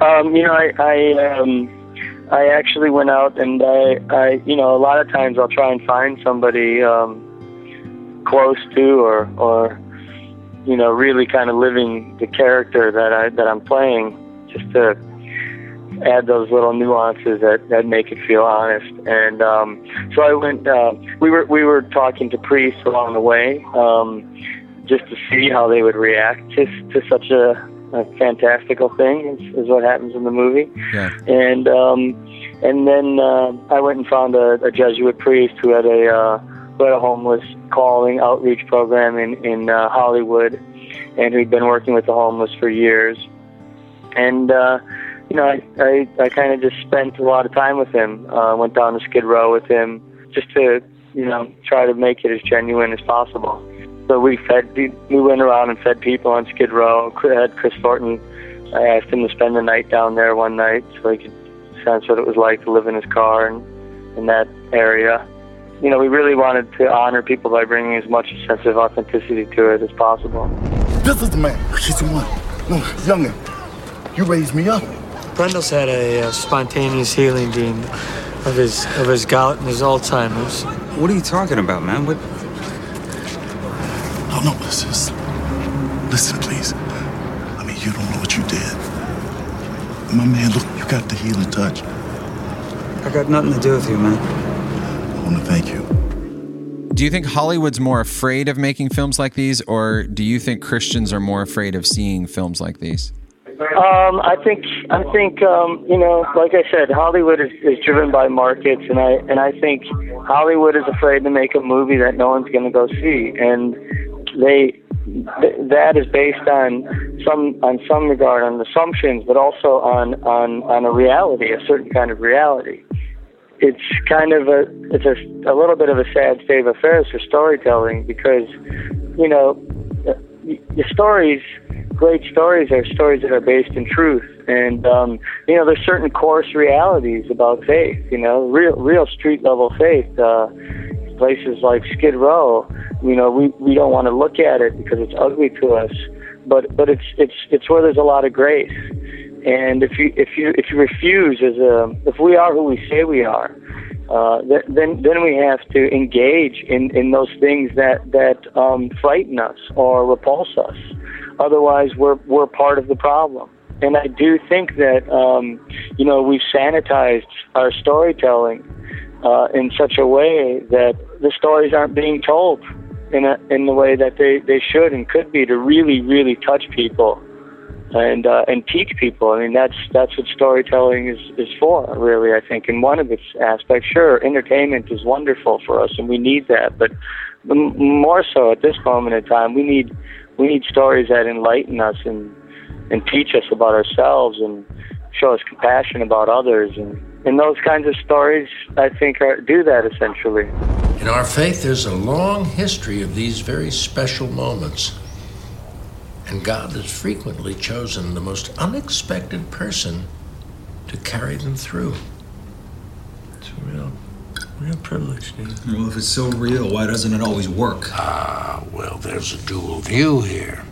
S8: Um, you know, I, I um, I actually went out and I, I, you know, a lot of times I'll try and find somebody um, close to or, or, you know, really kind of living the character that I that I'm playing, just to add those little nuances that that make it feel honest. And um, so I went. Uh, we were we were talking to priests along the way, um, just to see how they would react to to such a, a fantastical thing, is, is what happens in the movie
S2: Yeah.
S8: and um, and then uh, I went and found a, a Jesuit priest who had a uh, who had a homeless calling outreach program in in uh, Hollywood, and who'd been working with the homeless for years, and uh, you know I I, I kind of just spent a lot of time with him. Uh, went down to Skid Row with him just to you know try to make it as genuine as possible. So we fed we we went around and fed people on Skid Row. Had Chris Thornton. I asked him to spend the night down there one night so he could sense what it was like to live in his car and in that area. You know, we really wanted to honor people by bringing as much sense of authenticity to it as possible.
S11: This is the man. She's the one. No, Youngin, you raised me up.
S10: Brendel's had a uh, spontaneous healing, Dean, of his of his gout and his Alzheimer's.
S9: What are you talking about, man? What?
S11: No, no, listen. listen. Listen, please. I mean, you don't know what you did. My man, look, you got the healing touch.
S9: I got nothing to do with you, man.
S11: I want to thank you.
S2: Do you think Hollywood's more afraid of making films like these, or do you think Christians are more afraid of seeing films like these?
S8: Um, I think I think um, you know, like I said, Hollywood is, is driven by markets, and I and I think Hollywood is afraid to make a movie that no one's going to go see, and they th- that is based on some on some regard on assumptions, but also on on on a reality, a certain kind of reality. It's kind of a it's a, a little bit of a sad state of affairs for storytelling because you know y- your stories, great stories, are stories that are based in truth. And um, you know, there's certain coarse realities about faith. You know, real, real street level faith. Uh, places like Skid Row, you know, we we don't want to look at it because it's ugly to us. But but it's it's it's where there's a lot of grace. And if you if you if you refuse as a if we are who we say we are, uh, th- then then we have to engage in, in those things that that um, frighten us or repulse us. Otherwise, we're we're part of the problem. And I do think that um, you know we've sanitized our storytelling uh, in such a way that the stories aren't being told in a, in the way that they, they should and could be to really really touch people and uh, and teach people. I mean, that's that's what storytelling is is for, really. I think in one of its aspects, sure, entertainment is wonderful for us, and we need that. But m- more so at this moment in time, we need we need stories that enlighten us and and teach us about ourselves and show us compassion about others and. And those kinds of stories, I think, are, do that essentially.
S12: In our faith, there's a long history of these very special moments. And God has frequently chosen the most unexpected person to carry them through. It's a real, real privilege, dude.
S9: Well, if it's so real, why doesn't it always work?
S12: Ah, well, there's a dual view here.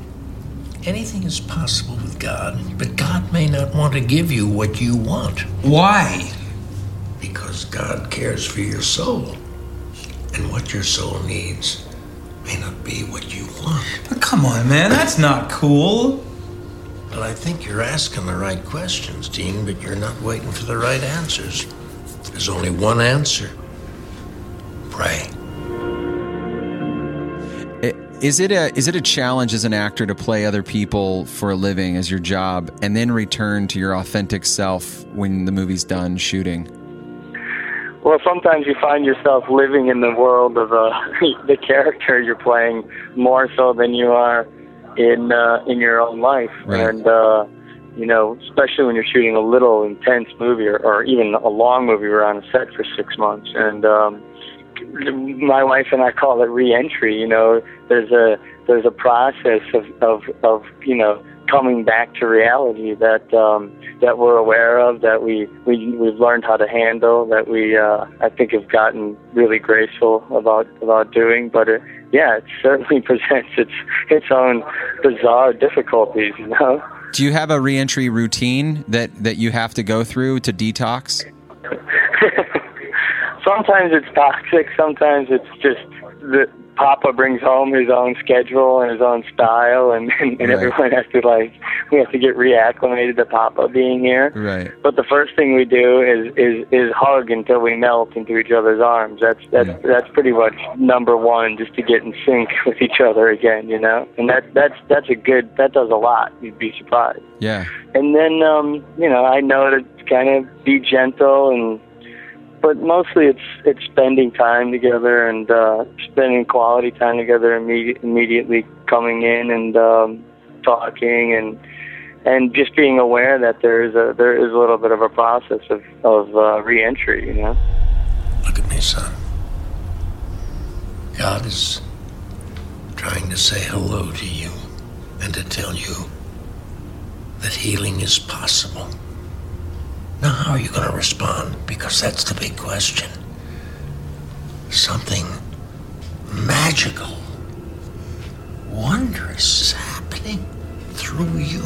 S12: Anything is possible with God, but God may not want to give you what you want. Why? Because God cares for your soul. And what your soul needs may not be what you want.
S9: But come on, man, that's not cool.
S12: Well, I think you're asking the right questions, Dean, but you're not waiting for the right answers. There's only one answer pray.
S2: I- Is it a is it a challenge as an actor to play other people for a living as your job, and then return to your authentic self when the movie's done shooting?
S8: Well, sometimes you find yourself living in the world of uh, the character you're playing more so than you are in uh, in your own life,
S13: Right.
S8: and uh, you know, especially when you're shooting a little intense movie or, or even a long movie. We We're on set for six months, and um, my wife and I call it re-entry. You know, there's a there's a process of of, of you know coming back to reality that um, that we're aware of, that we we we've learned how to handle, that we uh, I think have gotten really graceful about about doing. But it, yeah, it certainly presents its its own bizarre difficulties. You know.
S2: Do you have a reentry routine that that you have to go through to detox?
S8: sometimes it's toxic. Sometimes it's just the Papa brings home his own schedule and his own style, and and, and
S2: Right.
S8: everyone has to like we have to get reacclimated to Papa being here.
S2: Right.
S8: But the first thing we do is is is hug until we melt into each other's arms. That's that's that's pretty much number one, just to get in sync with each other again, you know. And that that's that's a good that does a lot. You'd be surprised.
S2: Yeah.
S8: And then um, you know I know to kind of be gentle and. But mostly, it's it's spending time together and uh, spending quality time together. Immediate, immediately coming in and um, talking and and just being aware that there is a there is a little bit of a process of of uh, reentry, you know.
S12: Look at me, son. God is trying to say hello to you and to tell you that healing is possible. Now, how are you going to respond? Because that's the big question. Something magical, wondrous is happening through you.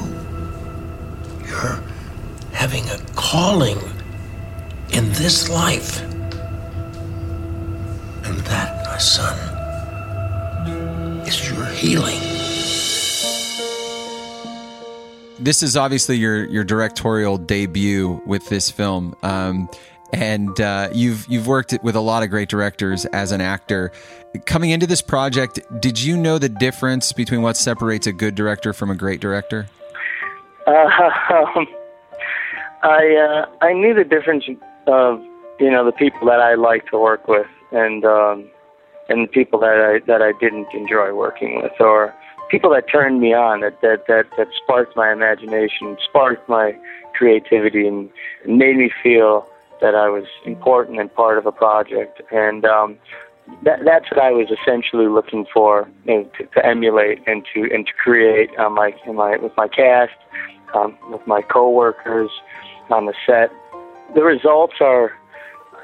S12: You're having a calling in this life. And that, my son, is your healing.
S2: this is obviously your your directorial debut with this film, um, and uh, you've you've worked with a lot of great directors as an actor. Coming into this project, did you know the difference between what separates a good director from a great director?
S8: Uh, I uh, I knew the difference of you know the people that I like to work with and um, and the people that I that I didn't enjoy working with or people that turned me on that that that, that sparked my imagination, sparked my creativity, and made me feel that I was important and part of a project. And um, that, that's what I was essentially looking for you know, to, to emulate and to and to create on my, in my with my cast, um, with my coworkers on the set. The results are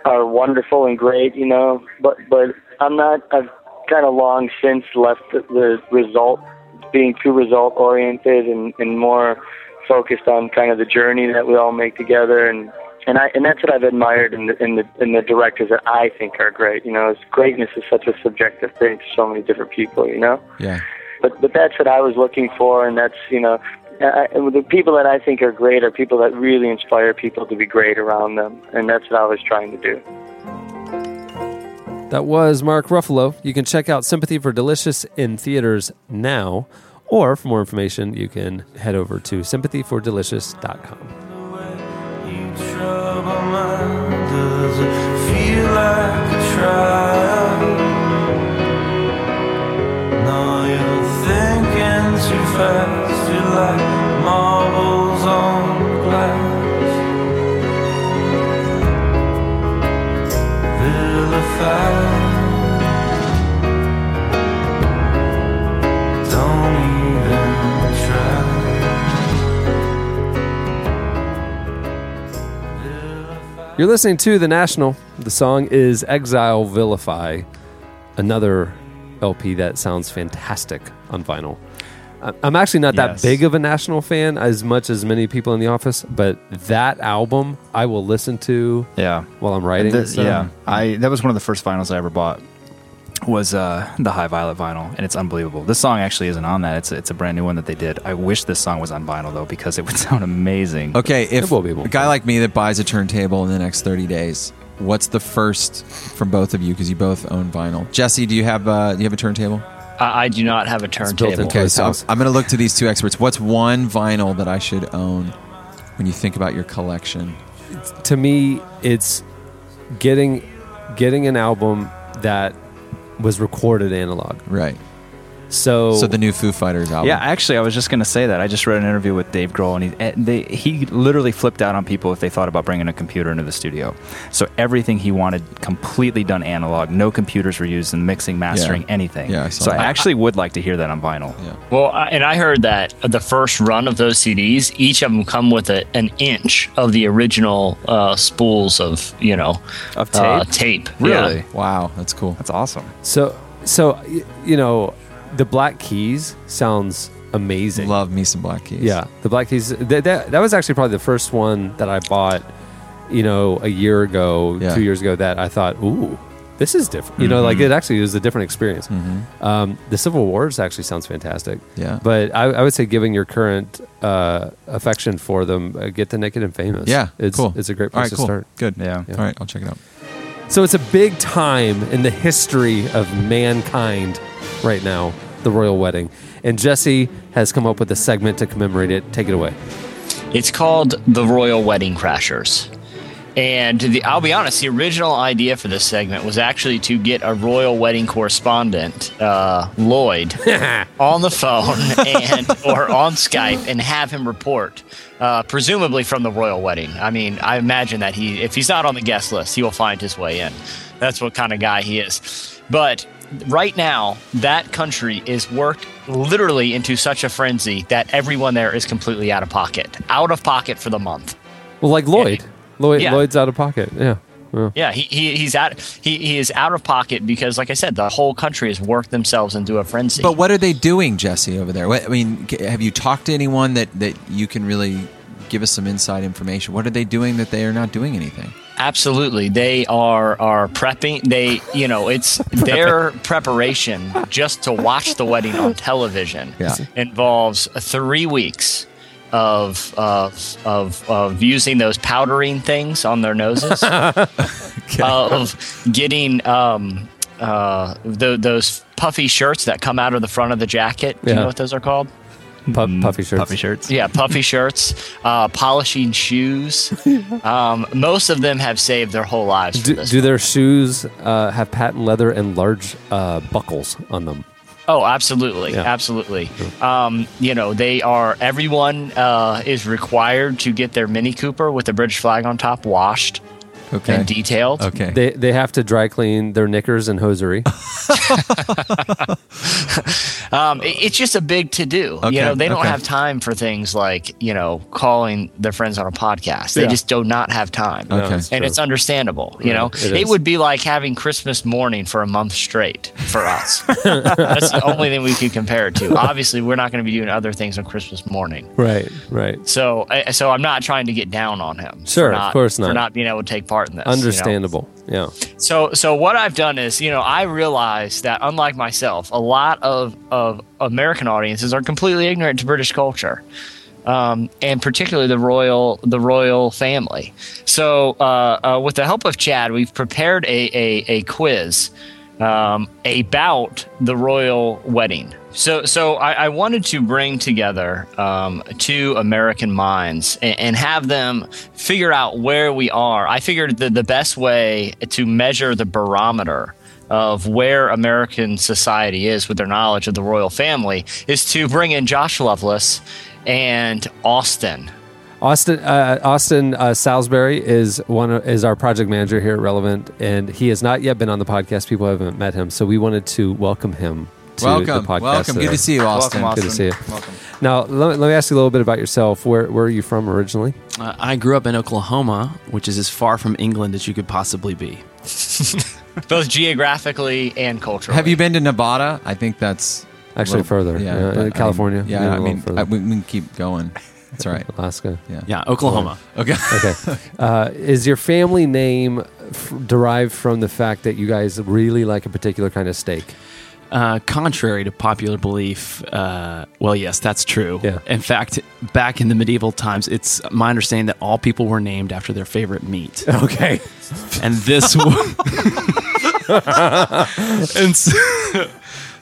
S8: are wonderful and great, you know. But but I'm not. I've kind of long since left the, the result being too result oriented and, and more focused on kind of the journey that we all make together and and I and that's what I've admired in the in the in the directors that I think are great. You know, is greatness is such a subjective thing to so many different people. You know,
S2: Yeah.
S8: but but that's what I was looking for, and that's you know. I, I- the people that I think are great are people that really inspire people to be great around them, and that's what I was trying to do.
S1: That was Mark Ruffalo. You can check out Sympathy for Delicious in theaters now, or for more information, you can head over to sympathyfordelicious.com.
S6: Does it feel like a trial? No, you're thinking too fast. You're like marbles on glass. Vilified. Don't even try.
S1: You're listening to The National. The song is Exile Vilify, another LP that sounds fantastic on vinyl. I- I'm actually not that
S5: Yes.
S1: big of a National fan as much as many people in the office, but that album I will listen to
S3: Yeah.
S1: while I'm writing.
S3: The-
S1: so-
S3: Yeah, I that was one of the first vinyls I ever bought was uh, the High Violet vinyl, and it's unbelievable. This song actually isn't on that; it's a, it's a brand new one that they did. I wish this song was on vinyl though, because it would sound amazing.
S2: Okay, if a guy like me that buys a turntable in the next 30 days, what's the first from both of you because you both own vinyl? Jesse, do you have uh, do you have a turntable?
S4: I, I do not have a turntable.
S2: Okay, so I'm going to look to these two experts. What's one vinyl that I should own when you think about your collection?
S1: to me it's getting getting an album that was recorded analog
S2: right
S1: so
S2: So the new Foo Fighters album.
S3: Yeah, actually, I was just going to say that. I just read an interview with Dave Grohl, and he and they, he literally flipped out on people if they thought about bringing a computer into the studio. So everything he wanted completely done analog. No computers were used in mixing, mastering, anything.
S4: Yeah, I saw
S3: so I
S4: that.
S3: actually would like to hear that on vinyl.
S4: Well, I, and I heard that the first run of those CDs, each of them come with a, an inch of the original uh, spools of you know
S3: of
S4: uh, tape. Yeah.
S2: Wow, that's cool. That's
S3: awesome.
S1: So, so y- you know, the Black Keys sounds amazing.
S2: Love me some Black Keys.
S1: Yeah, the Black Keys. That that, that was actually probably the first one that I bought you know, a year ago,
S2: Yeah.
S1: two years ago, that I thought, ooh, this is different. You know, like
S2: Mhm.
S1: it actually was a different experience.
S2: Mhm.
S1: Um, the Civil Wars actually sounds fantastic.
S2: Yeah.
S1: But I, I would say, given your current uh, affection for them, uh, get the Naked and Famous.
S2: Yeah,
S1: It's,
S2: cool.
S1: It's a great
S2: All
S1: place
S2: right,
S1: to
S2: cool.
S1: start.
S2: Good. All right, I'll check it out.
S1: So it's a big time in the history of mankind right now, the royal wedding. And Jesse has come up with a segment to commemorate it. Take it away.
S4: It's called The Royal Wedding Crashers. And the, I'll be honest, the original idea for this segment was actually to get a royal wedding correspondent, uh, Lloyd, on the phone and or on Skype and have him report, uh, presumably from the royal wedding. I mean, I imagine that he, if he's not on the guest list, he will find his way in. That's what kind of guy he is. But right now, that country is worked literally into such a frenzy that everyone there is completely out of pocket, out of pocket for the month.
S1: Well, like Lloyd. Lloyd
S4: Yeah.
S1: Lloyd's out of pocket. Yeah. Yeah.
S4: Yeah, he, he he's out he, he is out of pocket because, like I said, the whole country has worked themselves into a frenzy.
S2: But what are they doing, Jesse, over there? What, I mean, c- have you talked to anyone that, that you can really give us some inside information? What are they doing that they are not doing anything?
S4: Absolutely. They are are prepping. They, you know, it's their preparation just to watch the wedding on television
S2: Yeah.
S4: involves 3 weeks of of of of using those powdering things on their noses of getting um uh tho- those puffy shirts that come out of the front of the jacket. Do you
S1: Yeah.
S4: know what those are called?
S1: Puff, puffy Mm, shirts. Puffy
S5: shirts.
S4: Yeah, puffy shirts, uh, polishing shoes. Um, most of them have saved their whole lives. For
S1: Do,
S4: this.
S1: do their shoes uh, have patent leather and large uh, buckles on them?
S4: Oh, absolutely, absolutely. Um, you know, they are. Everyone uh, is required to get their Mini Cooper with the British flag on top washed
S2: Okay.
S4: and detailed.
S1: They, they have to dry clean their knickers and hosiery.
S4: Um, it- it's just a big to do.
S1: Okay,
S4: You know, they don't
S1: okay.
S4: have time for things like you know calling their friends on a podcast. They
S1: Yeah.
S4: just do not have time,
S1: No, Okay.
S4: and
S1: it's true.
S4: it's understandable. You
S1: Yeah,
S4: know,
S1: it
S4: it,
S1: is.
S4: would be like having Christmas morning for a month straight for us. That's the only thing we could compare it to. Obviously, we're not going to be doing other things on Christmas morning.
S1: right, right.
S4: So, I- so I'm not trying to get down on him. for
S1: Sure, of course
S4: For
S1: not.
S4: not being able to take part in this. you know?
S1: Understandable. Yeah.
S4: So, so what I've done is, you know, I realize that unlike myself, a lot of, of American audiences are completely ignorant to British culture, um, and particularly the royal the royal family. So, uh, uh, with the help of Chad, we've prepared a a, a quiz um, about the royal wedding. So, so I, I wanted to bring together um, two American minds and, and have them figure out where we are. I figured that the best way to measure the barometer of where American society is with their knowledge of the royal family is to bring in Josh Lovelace and Austin.
S1: Austin uh, Austin uh, Salisbury is one of, is our project manager here at Relevant, and he has not yet been on the podcast. People haven't met him, so we wanted to welcome him to the
S2: Welcome,
S1: podcast.
S2: welcome. Good
S1: today.
S2: to see you, Welcome, Austin.
S1: Good to
S13: Austin.
S1: see you.
S13: Welcome.
S1: Now, let me, let me ask you a little bit about yourself. Where where are you from originally?
S13: Uh, I grew up in Oklahoma, which is as far from England as you could possibly be.
S4: both geographically and culturally.
S2: Have you been to Nevada? I think that's a
S1: Actually further. Yeah,
S2: but I mean-
S1: California. Yeah, a
S2: yeah, I
S1: little
S2: mean,
S1: further.
S2: I, we, we can keep going. That's all right.
S1: Alaska.
S2: Yeah,
S1: Okay.
S2: Okay.
S1: okay. Uh, is your family name f- derived from the fact that you guys really like a particular kind of steak?
S13: Uh, contrary to popular belief, uh, well, yes, that's true. In fact, back in the medieval times, it's my understanding that all people were named after their favorite meat.
S1: Okay.
S13: And this one. and so,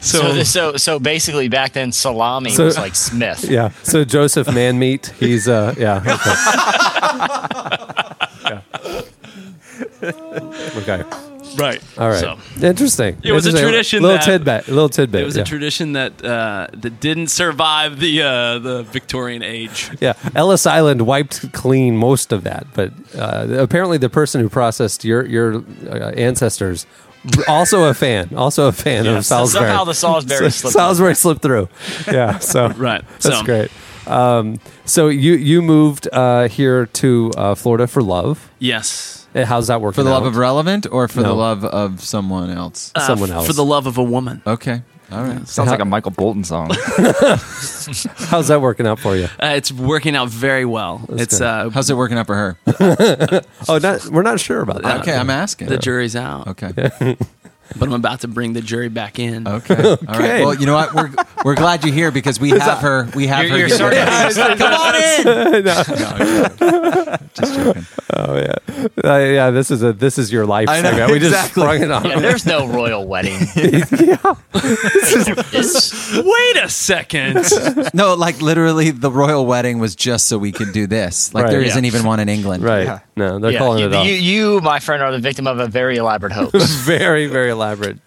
S4: So,
S13: so-
S4: so, so, basically, back then, salami
S1: So-
S4: was like Smith.
S1: Yeah. So Joseph Manmeat, he's uh yeah. Okay. okay.
S13: Right.
S1: All right.
S13: So-
S1: Interesting.
S13: It was a
S1: Interesting.
S13: tradition
S1: Little
S13: that-
S1: tidbit. Little tidbit.
S13: It was
S1: yeah.
S13: a tradition that uh, that didn't survive the uh, the Victorian age.
S1: yeah. Ellis Island wiped clean most of that, but uh, apparently the person who processed your your uh, ancestors also a fan, also a fan
S4: Yeah,
S1: of
S4: so-
S1: Salisbury.
S4: somehow the Salisbury slipped
S1: Salisbury slipped through. Yeah. So
S13: Right,
S1: That's
S13: so-
S1: great. Um, so you you moved uh, here to uh, Florida for love.
S13: Yes.
S1: And how's that working?
S2: For the love
S1: out?
S2: of relevant or for
S1: No.
S2: the love of someone else?
S13: Uh, f- for the love of a woman.
S2: Okay. All right.
S5: Sounds like a Michael Bolton song.
S1: How's that working out for you?
S13: Uh, it's working out very well.
S1: That's
S13: it's
S1: good.
S13: uh,
S2: how's it working out for her?
S1: oh, not, we're not sure about that.
S2: Okay, I'm asking.
S13: The jury's out.
S2: Okay.
S13: but I'm about to bring the jury back in.
S2: Okay. All right. Well, you know what? We're we're glad you're here because we have her. We have
S13: You're- you're
S2: her. here.
S13: sorry. Yeah,
S2: Come on in.
S1: Just joking. Oh yeah, Uh, yeah. This is a this is your life.
S4: I know,
S1: segment. we just
S4: exactly.
S1: sprung it on.
S4: Yeah,
S1: him.
S4: there's no royal wedding.
S13: Wait a second.
S2: no, like literally, the royal wedding was just so we could do this. Like
S1: Right.
S2: there
S1: Yeah.
S2: not even one in England.
S1: Right. No, they're
S4: Yeah,
S1: calling
S4: you,
S1: it off.
S4: you, you, my friend, are the victim of a very elaborate hoax.
S1: very very elaborate.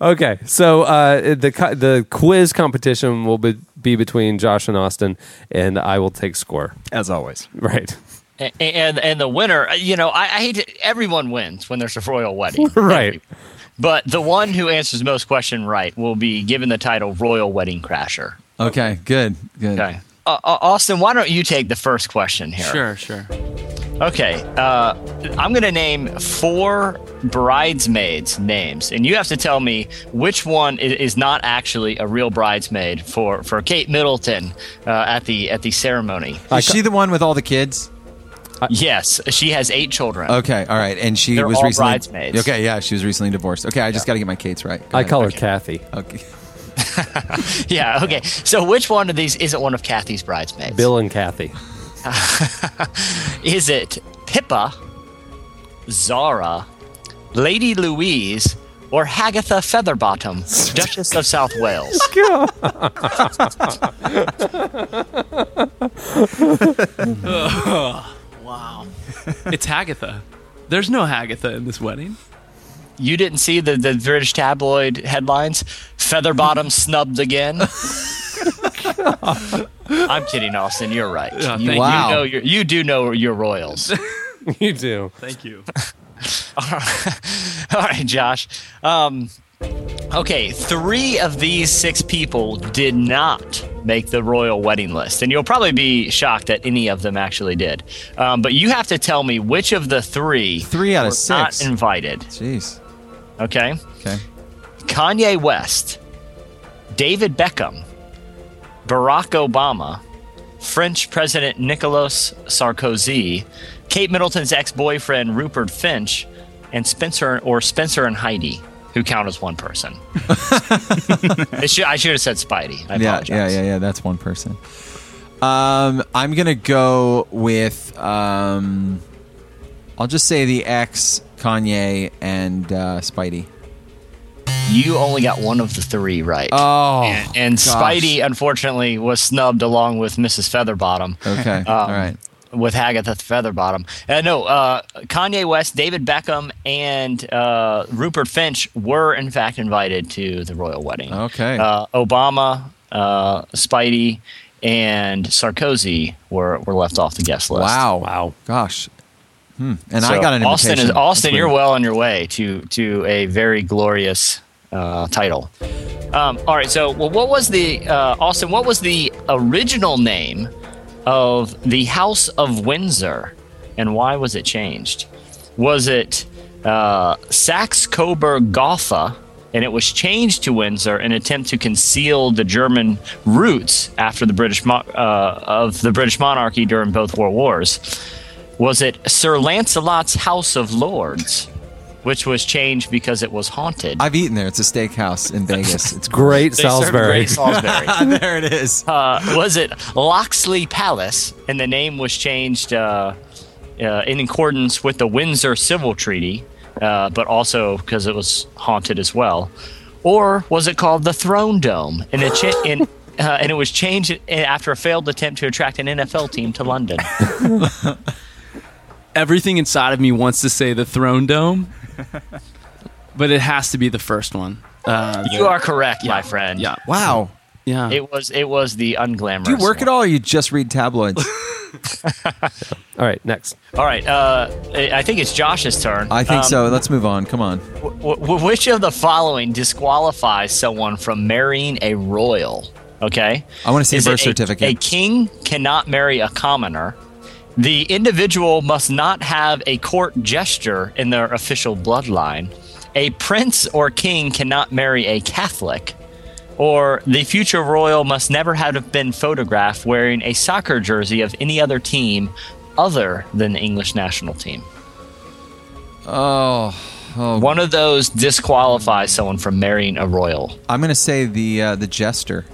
S1: Okay, so uh, the co- the quiz competition will be, be between Josh and Austin, and I will take score
S5: as always.
S1: Right.
S4: and, and and the winner, uh, you know, I, I hate to, everyone wins when there's a royal wedding,
S1: right?
S4: But the one who answers the most question right will be given the title royal wedding crasher.
S2: Okay. Good. Good.
S4: Okay. Uh, uh, Austin, why don't you take the first question here?
S13: Sure, sure.
S4: Okay. Uh, I'm going to name four bridesmaids' names, and you have to tell me which one is, is not actually a real bridesmaid for, for Kate Middleton uh, at the at the ceremony.
S2: Is she the one with all the kids?
S13: Uh,
S4: yes, she has eight children.
S2: Okay. All right. And she
S4: They're
S2: was
S4: all
S2: recently
S4: bridesmaids.
S2: Okay. Yeah. She was recently divorced. Okay. I just got to get my Kate's right. Go
S1: I
S2: ahead.
S1: call her Kathy.
S2: Okay.
S4: Yeah. Okay. So which one of these isn't one of Kathy's bridesmaids?
S1: Bill and Kathy.
S4: Is it Pippa, Zara, Lady Louise, or Hagatha Featherbottom, Duchess of South Wales?
S13: Ugh, wow. It's Hagatha. There's no Hagatha in this wedding.
S4: You didn't see the, the British tabloid headlines? Featherbottom snubbed again? I'm kidding, Austin. You're right.
S13: Yeah,
S4: you,
S13: thank
S4: you
S13: you.
S4: know your, you do know your royals.
S1: you do.
S13: Thank you.
S4: All right, Josh. Um, okay, three of these six people did not make the royal wedding list, and you'll probably be shocked that any of them actually did. Um, but you have to tell me which of the three
S2: three out
S4: were
S2: of six.
S4: not invited.
S2: Jeez.
S4: Okay,
S2: Okay.
S4: Kanye West, David Beckham, Barack Obama, French President Nicolas Sarkozy, Kate Middleton's ex-boyfriend Rupert Finch, and Spencer or Spencer and Heidi, who count as one person. It should- I should have said Spidey. I
S2: yeah,
S4: apologize.
S2: yeah, yeah, yeah. That's one person. Um, I'm gonna go with um, I'll just say the ex Kanye and uh, Spidey.
S4: You only got one of the three right.
S2: Oh,
S4: and, and
S2: gosh.
S4: Spidey unfortunately was snubbed along with Mrs. Featherbottom.
S2: Okay, all right.
S4: With Hagatha Featherbottom. Uh, no, uh, Kanye West, David Beckham, and uh, Rupert Finch were in fact invited to the royal wedding.
S2: Okay.
S4: Uh, Obama, uh, Spidey, and Sarkozy were, were left off the guest list.
S2: Wow, wow, gosh. Hmm. And I
S4: So
S2: got an
S4: Austin
S2: invitation.
S4: is Austin.
S2: That's
S4: You're
S2: weird.
S4: well on your way to to a very glorious uh, title. Um, all right. So, well, what was the uh, Austin? What was the original name of the House of Windsor, and why was it changed? Was it uh, Saxe Coburg Gotha? And it was changed to Windsor in an attempt to conceal the German roots after the British mo- uh, of the British monarchy during both world wars. Was it Sir Lancelot's House of Lords, which was changed because it was haunted?
S2: I've eaten there. It's a steakhouse in Vegas. It's
S1: Great
S4: They serve
S1: Salisbury.
S4: Great Salisbury.
S2: there it is.
S4: Uh, was it Loxley Palace, and the name was changed uh, uh, in accordance with the Windsor Civil Treaty, uh, but also because it was haunted as well? Or was it called the Throne Dome, and it, cha- and, uh, and it was changed after a failed attempt to attract an NFL team to London?
S13: Everything inside of me wants to say the throne dome, but it has to be the first one. Uh,
S4: You are correct, my friend. Yeah.
S2: Wow.
S13: Yeah.
S4: It was it was the unglamorous.
S2: Do you work at all, or you just read tabloids?
S1: all right, next.
S4: All right. Uh, I I think it's Josh's turn.
S2: I think
S4: Um,
S2: so. Let's move on. Come on.
S4: w- w- which of the following disqualifies someone from marrying a royal? Okay.
S2: I wanna see a
S4: Is it
S2: birth certificate.
S4: A king cannot marry a commoner. The individual must not have a court gesture in their official bloodline. A prince or king cannot marry a Catholic. Or the future royal must never have been photographed wearing a soccer jersey of any other team other than the English national team.
S2: Oh, oh.
S4: One of those disqualifies someone from marrying a royal.
S2: I'm going to say the uh, the jester.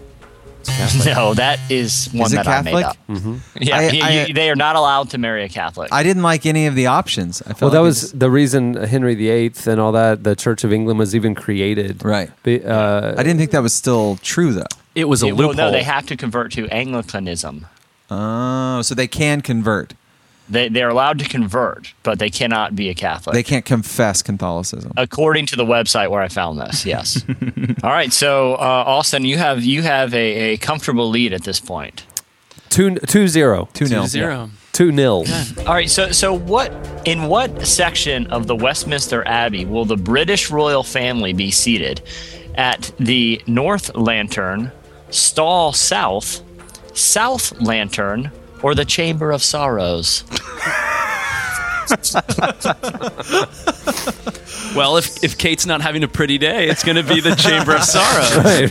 S4: No, that is one
S2: Is it
S4: that
S2: Catholic?
S4: I made up.
S1: Mm-hmm.
S4: Yeah,
S2: I-
S4: you-
S2: I-
S4: you- they are not allowed to marry a Catholic.
S2: I didn't like any of the options. I felt
S1: Well, that
S2: like
S1: was
S2: it
S1: the reason Henry VIII and all that. The Church of England was even created,
S2: right?
S1: uh,
S2: I didn't think that was still true though.
S13: It
S4: Yeah, well, No, they have to convert to Anglicanism.
S2: Oh, so they can convert.
S4: They they're allowed to convert, but they cannot be a Catholic.
S2: They can't confess Catholicism.
S4: according to the website where I found this. Yes. All right. So uh, Austin, you have you have a, a comfortable lead at this point.
S1: Two two zero. Two
S4: nil. Two zero.
S1: Two nil.
S4: All right. So so what in what section of the Westminster Abbey will the British royal family be seated? At the North Lantern, Stall South, South Lantern, or the Chamber of Sorrows?
S13: Well, if, if Kate's not having a pretty day, it's going to be the Chamber of Sorrows.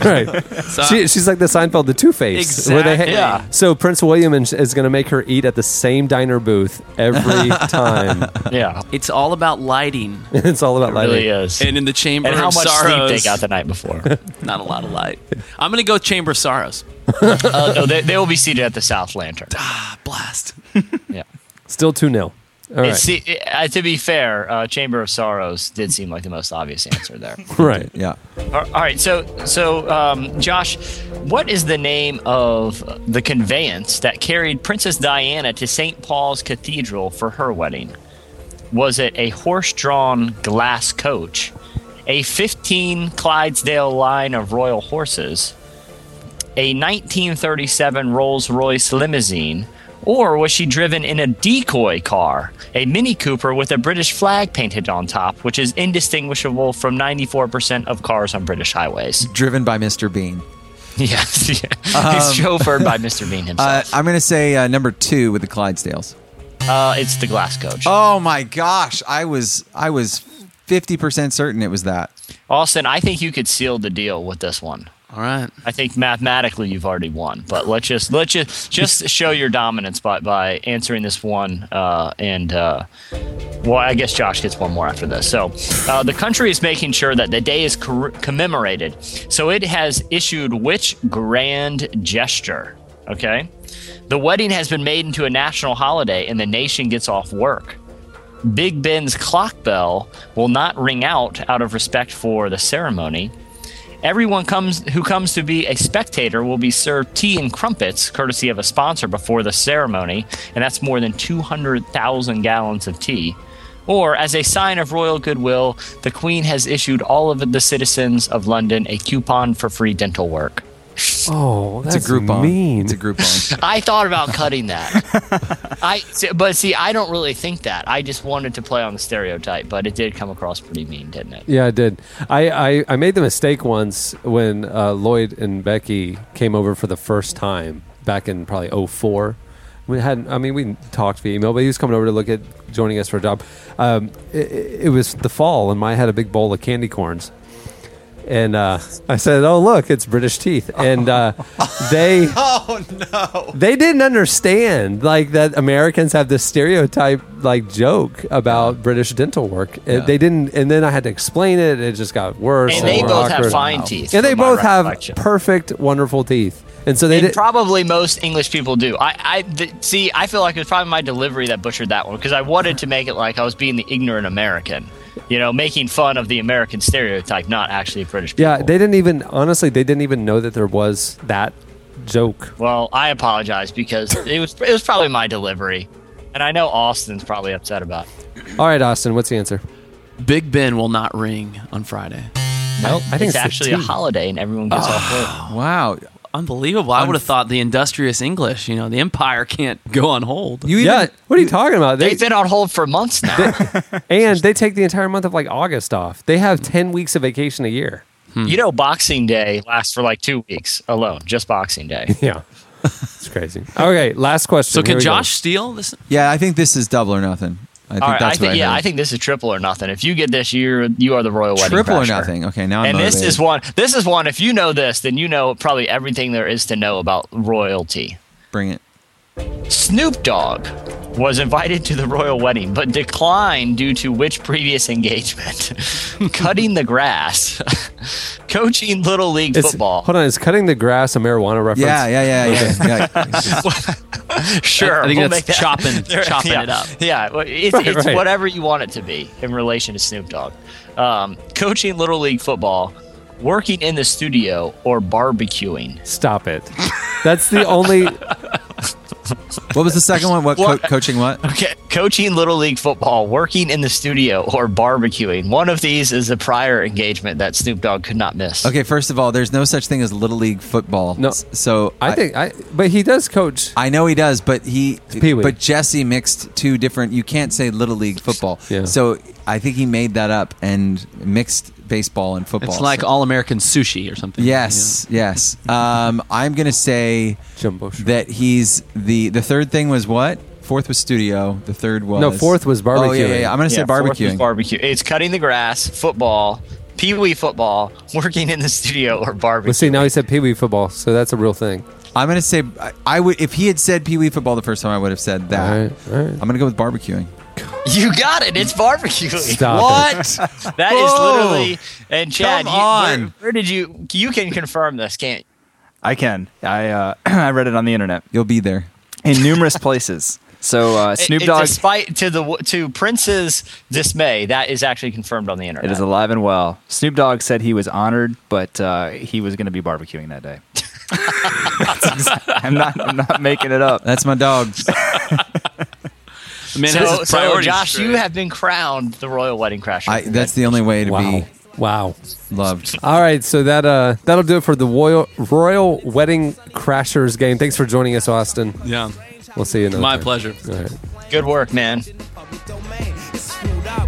S1: right, right.
S13: So-
S1: She, she's like the Seinfeld, the Two Face.
S13: Exactly. Yeah.
S1: So Prince William is going to make her eat at the same diner booth every time.
S4: yeah.
S13: It's all about lighting.
S1: it's all about lighting.
S13: And in the Chamber
S4: And how
S13: of
S4: much sleep
S13: Sorrows.
S4: they got the night before.
S13: Not a lot of light. I'm going to go Chamber of Sorrows.
S4: uh, no, they, they will be seated at the South Lantern. Ah,
S13: blast.
S4: yeah.
S1: Still two nil. All right.
S4: It se- it- uh, to be fair, uh, Chamber of Sorrows did seem like the most obvious answer there.
S1: right.
S2: Yeah.
S4: All all right, so so um, Josh, what is the name of the conveyance that carried Princess Diana to St. Paul's Cathedral for her wedding? Was it a horse-drawn glass coach, a 15 Clydesdale line of royal horses, a 1937 Rolls-Royce limousine, or was she driven in a decoy car, a Mini Cooper with a British flag painted on top, which is indistinguishable from 94% of cars on British highways?
S2: Driven by Mr. Bean.
S4: Yes, yeah.
S2: Um,
S4: he's chauffeured by Mr. Bean himself.
S2: Uh, I'm going to say uh, number two with the Clydesdales.
S4: Uh, it's the glass coach.
S2: Oh my gosh, I was I was 50% certain it was that.
S4: Austin, I think you could seal the deal with this one.
S13: All right.
S4: I think mathematically you've already won, but let's just let's just just show your dominance by by answering this one. Uh, and uh, well, I guess Josh gets one more after this. So uh, the country is making sure that the day is cor- commemorated. So it has issued which grand gesture? Okay, the wedding has been made into a national holiday, and the nation gets off work. Big Ben's clock bell will not ring out out of respect for the ceremony. Everyone comes who comes to be a spectator will be served tea and crumpets, courtesy of a sponsor, before the ceremony, and that's more than 200,000 gallons of tea. Or, as a sign of royal goodwill, the Queen has issued all of the citizens of London a coupon for free dental work.
S1: Oh,
S2: It's a
S1: that's
S2: Groupon.
S1: mean.
S2: It's a Groupon.
S4: I thought about cutting that. I, see- but see, I don't really think that. I just wanted to play on the stereotype, but it did come across pretty mean, didn't it?
S1: Yeah, I did. I, I, I made the mistake once when uh, Lloyd and Becky came over for the first time back in probably 04. We hadn't, I mean, we talked via email, but he was coming over to look at joining us for a job. Um, it, it was the fall, and I had a big bowl of candy corns. And uh, I said, "Oh look, it's British teeth," and uh, they
S2: Oh no.
S1: they didn't understand like that Americans have this stereotype like joke about British dental work. It-
S4: Yeah.
S1: they didn't, and then I had to explain it. It just got worse.
S4: And they
S1: more
S4: both have
S1: awkward.
S4: fine teeth,
S1: and they
S4: from my
S1: both have
S4: recollection.
S1: perfect, wonderful teeth. And so they
S4: and
S1: did.
S4: probably most English people do. I, I th- see. I feel like it was probably my delivery that butchered that one because I wanted to make it like I was being the ignorant American, you know, making fun of the American stereotype, not actually British. People.
S1: yeah, they didn't even honestly. They didn't even know that there was that joke.
S4: Well, I apologize because it was it was probably my delivery, and I know Austin's probably upset about. it.
S1: All right, Austin, what's the answer?
S13: Big Ben will not ring on Friday.
S1: No, I think
S4: it's, actually a holiday, and everyone gets off work.
S2: Wow.
S13: Unbelievable. I would have thought the industrious English, you know, the empire can't go on hold.
S1: You yeah, what are you talking about? They,
S4: They've been on hold for months now.
S1: and they take the entire month of like August off. They have ten weeks of vacation a year.
S4: You know, Boxing Day lasts for like two weeks alone, just Boxing Day.
S1: Yeah, it's crazy. Okay, last question.
S13: So
S1: Here
S13: can
S1: we go.
S13: Josh steal this?
S2: Yeah, I think this is double or nothing. I think
S4: All right,
S2: that's
S4: I think,
S2: what I
S4: yeah,
S2: heard.
S4: I think this is triple or nothing. If you get this, you're you are the royal wedding.
S2: Triple or
S4: crasher.
S2: nothing. Okay, now I'm
S4: and this
S2: motivated.
S4: is one. This is one. If you know this, then you know probably everything there is to know about royalty.
S2: Bring it.
S4: Snoop Dogg was invited to the royal wedding, but declined due to which previous engagement? Cutting the grass, coaching little league
S1: It's-
S4: football.
S1: Hold on, is cutting the grass a marijuana reference?
S4: Yeah, yeah,
S2: yeah,
S4: sure,
S1: I think
S4: we'll
S1: that's
S4: make that-
S1: chopping-
S4: There-
S1: chopping
S4: yeah,
S1: it up.
S4: Yeah, well, it's,
S1: Right,
S4: it's
S1: right.
S4: whatever you want it to be in relation to Snoop Dogg. Um, coaching little league football, working in the studio, or barbecuing.
S1: Stop it. That's the only.
S2: What was the second one? What,
S4: What-
S2: Co- coaching? What?
S4: Okay, coaching little league football, working in the studio, or barbecuing. One of these is a prior engagement that Snoop Dogg could not miss.
S2: Okay, first of all, there's no such thing as little league football. No, so
S1: I think I, but he does coach.
S2: I know he does, but he,
S1: Pee-wee.
S2: but Jesse mixed two different. You can't say little league football.
S13: Yeah.
S2: So I think he made that up and mixed baseball and football.
S13: It's like
S2: So-
S13: All American Sushi or something.
S2: Yes, yes. Um, I'm gonna say that he's the the third thing was what? Fourth was studio. The third was
S1: No, fourth was
S2: Oh, yeah, yeah, yeah. I'm gonna say
S4: Yeah, fourth was
S2: barbecuing.
S4: Barbecue. It's cutting the grass, football, pee wee football, working in the studio, or barbecue.
S1: Let's see. Now he said pee wee football, so that's a real thing.
S2: I'm gonna say I, I would if he had said Pee Wee football the first time I would have said that. I'm gonna go with barbecuing.
S4: You got it. It's barbecuing.
S2: Stop What? it.
S4: That is
S2: Whoa.
S4: literally. And Chad,
S5: Come
S4: you- where-
S5: on.
S4: Where, did you? You can confirm this, can't?
S5: I can. I uh, I read it on the internet.
S2: You'll be there
S5: in numerous places. So uh,
S4: you?
S5: Snoop
S4: It-
S5: Dogg,
S4: Despite to the to Prince's dismay, that is actually confirmed on the internet.
S5: it is alive and well. Snoop Dogg said he was honored, but uh, he was going to be barbecuing that day. That's ex- I'm not. I'm not making it up.
S2: That's my dog.
S13: Man,
S4: so, so Josh, you have been crowned the royal wedding crasher.
S2: I, that's the only way to be
S1: wow
S2: loved.
S1: All right, so that uh, that'll do it for the royal, royal wedding crashers game. Thanks for joining us, Austin.
S13: Yeah.
S1: we'll see you. Another
S13: My
S1: time.
S13: pleasure.
S1: All right.
S4: Good work, man.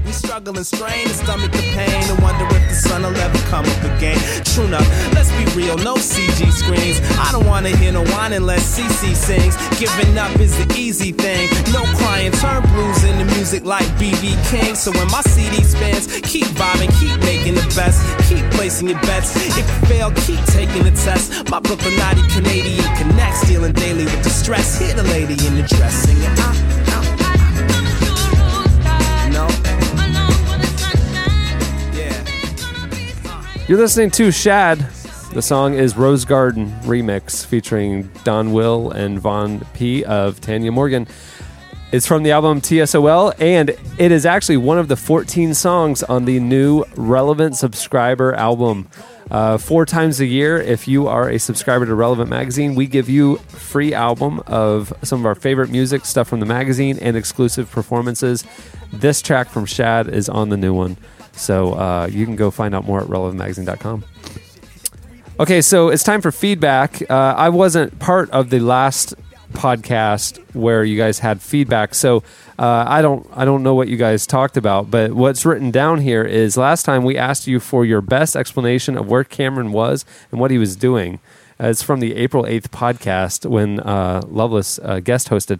S14: We struggle and strain to stomach the pain and wonder if the sun will ever come up again. True enough, let's be real, no CG screens. I don't wanna hear no whine unless CC sings. Giving up is the easy thing. No crying, turn blues into music like BB King. So when my CD spins, keep vibing, keep making the best, keep placing your bets. If you fail, keep taking the test. My Brooklynite Canadian connects, dealing daily with the stress. Hear the lady in the dress singing. "Ah, ah." No.
S1: You're listening to Shad. The song is Rose Garden Remix featuring Don Will and Von P of Tanya Morgan. It's from the album TSOL, and it is actually one of the 14 songs on the new Relevant Subscriber album. Uh, four times a year, if you are a subscriber to Relevant Magazine, we give you free album of some of our favorite music, stuff from the magazine, and exclusive performances. This track from Shad is on the new one, so uh, you can go find out more at relevantmagazine.com. Okay, so it's time for feedback. Uh, I wasn't part of the last podcast where you guys had feedback, so uh, I don't I don't know what you guys talked about. But what's written down here is last time we asked you for your best explanation of where Cameron was and what he was doing. Uh, it's from the April eighth podcast when uh, Loveless uh, guest hosted.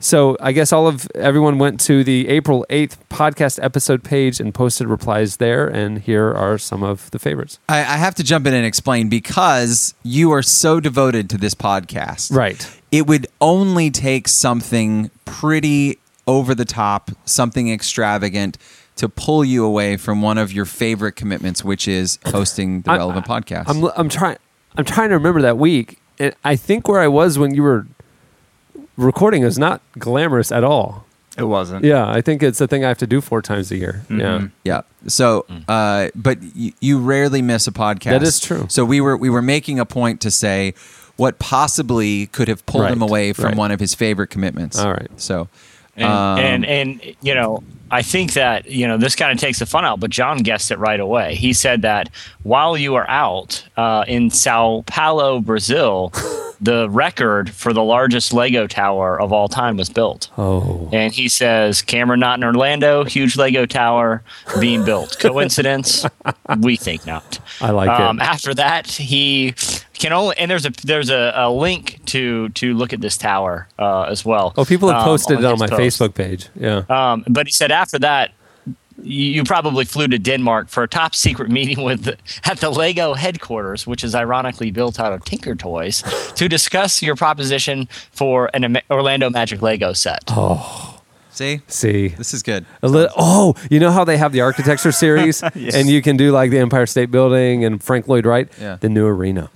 S1: So I guess all of everyone went to the April eighth podcast episode page and posted replies there, and here are some of the favorites.
S2: I, I have to jump in and explain because you are so devoted to this podcast.
S1: Right.
S2: It would only take something pretty over the top, something extravagant to pull you away from one of your favorite commitments, which is hosting the
S1: I'm-
S2: relevant podcast.
S1: I'm I'm trying I'm trying to remember that week. And I think where I was when you were recording is not glamorous at all.
S5: It wasn't.
S1: Yeah, I think it's a thing I have to do four times a year. Yeah.
S2: Yeah. So, uh, but you, you rarely miss a podcast.
S1: Mm. That is true.
S2: So we were we were making a point to say what possibly could have pulled him
S4: Right,
S2: away from
S4: right.
S2: one of his favorite commitments. All right. So,
S4: And,
S2: um,
S4: and and you know, I think that you know this kind of takes the fun out. But John guessed it right away. He said that while you are out uh, in Sao Paulo, Brazil, the record for the largest Lego tower of all time was built.
S1: Oh.
S4: And he says, Cameron not in Orlando, huge Lego tower being built. Coincidence? we think not.
S1: I like
S4: um,
S1: it.
S4: After that, he can only and there's a there's a, a link to to look at this tower uh, as well.
S1: Oh, people have
S4: um,
S1: posted it on
S4: his
S1: my
S4: post.
S1: Facebook page. Yeah.
S2: Uh,
S4: Um, but he said after that, you you probably flew to Denmark for a top secret meeting with the, at the Lego headquarters, which is ironically built out of Tinker Toys, to discuss your proposition for an Ama- Orlando Magic Lego set.
S1: Oh.
S2: See?
S1: See.
S2: This is good.
S1: A lit- oh, you know how they have the architecture series,
S2: Yes.
S1: and you can do like the Empire State Building and Frank Lloyd Wright,
S2: Yeah.
S1: the new arena.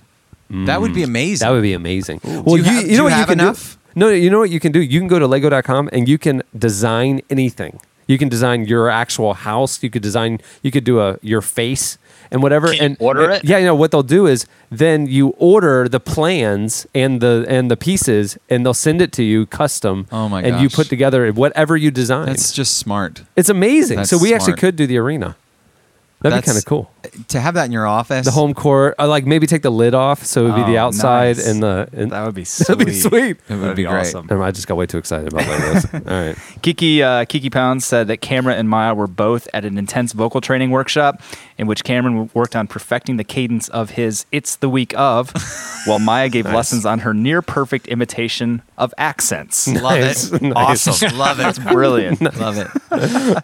S2: That would be amazing.
S1: Mm. That would be amazing.
S2: Do you have- do you have
S1: can
S2: enough?
S1: do? No, no, you know what you can do. You can go to Lego.com and you can design anything. You can design your actual house. You could design. You could do a your face and whatever. and
S4: order it?
S1: Yeah, you know what they'll do is then you order the plans and the and the pieces, and they'll send it to you custom. Oh
S2: my
S1: And you
S2: gosh.
S1: put together whatever you design.
S2: That's just smart.
S1: It's amazing.
S2: That's
S1: so we actually
S2: smart.
S1: could do the arena. That'd be kind
S2: That's-
S1: of cool.
S2: To have that in your office.
S1: The home court, uh, like maybe take the lid off, so it would be the
S2: Oh,
S1: outside
S2: nice.
S1: and the. And
S5: that would be
S1: That'd be
S5: sweet.
S1: sweet.
S5: It would That'd be be great. awesome.
S1: Never mind, I just got way too excited about Legos. All right.
S5: Kiki uh, Kiki Pounds said that Cameron and Maya were both at an intense vocal training workshop in which Cameron worked on perfecting the cadence of his "It's the Week of," while Maya gave lessons on her near perfect imitation of accents.
S2: Love it.
S5: Awesome. That's brilliant.
S2: Love it.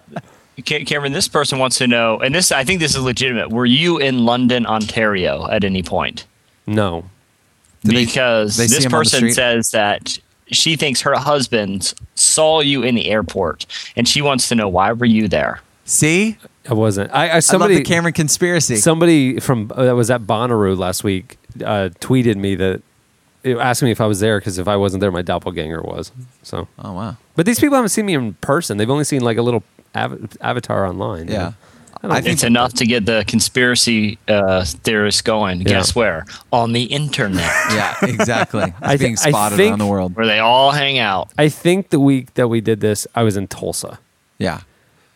S4: Ca- Cameron, this person wants to know, and this I think this is legitimate. Were you in London, Ontario, at any point?
S1: No.
S4: because
S1: they see
S4: this
S1: him on the
S4: person
S1: street?
S4: says that she thinks her husband saw you in the airport, and she wants to know why were you there.
S2: See,
S1: I wasn't. I, I
S4: I
S1: somebody
S4: love the
S2: Cameron conspiracy.
S1: Somebody from uh, that was at Bonnaroo last week uh, tweeted me that it asked me if I was there because if I wasn't there, my doppelganger was. So.
S2: Oh wow.
S1: But these people haven't seen me in person. They've only seen like a little av- avatar online. you
S4: Yeah.
S1: know? I don't
S4: I think
S1: think-
S4: it's enough to get the conspiracy uh, theorists going. Guess where? On the internet.
S2: Yeah, exactly. It's
S1: I thi- being I spotted think- around the
S2: world.
S4: Where they all hang out.
S1: I think the week that we did this, I was in Tulsa.
S2: Yeah.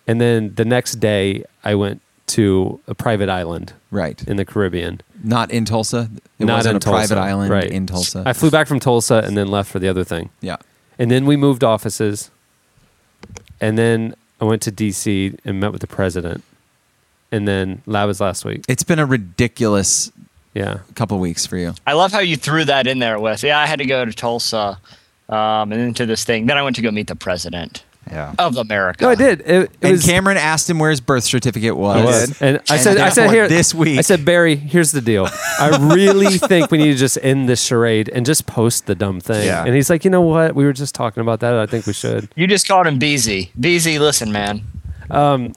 S1: And then the next day, I went to a private island.
S2: Right.
S1: In the Caribbean.
S2: Not in Tulsa. It wasn't a private island in Tulsa.
S1: I flew back from Tulsa and then left for the other thing.
S2: Yeah.
S1: And then we moved offices. And then I went to DC and met with the president. And then that was last week.
S2: It's been a ridiculous
S1: yeah.
S2: couple weeks for you.
S4: I love how you threw that in there with, yeah, I had to go to Tulsa um, and then to this thing. Then I went to go meet the president
S5: yeah.
S4: of America.
S1: No, I did. It, it
S2: and
S1: was,
S2: Cameron asked him where his birth certificate was.
S1: I was. And I said, I said
S2: therefore,
S1: here
S2: this week.
S1: I said, Barry, here's the deal. I really think we need to just end this charade and just post the dumb thing.
S4: Yeah.
S1: And he's like, you know what? We were just talking about that. I think we should.
S4: You just called him BZ. BZ, listen, man.
S1: Um,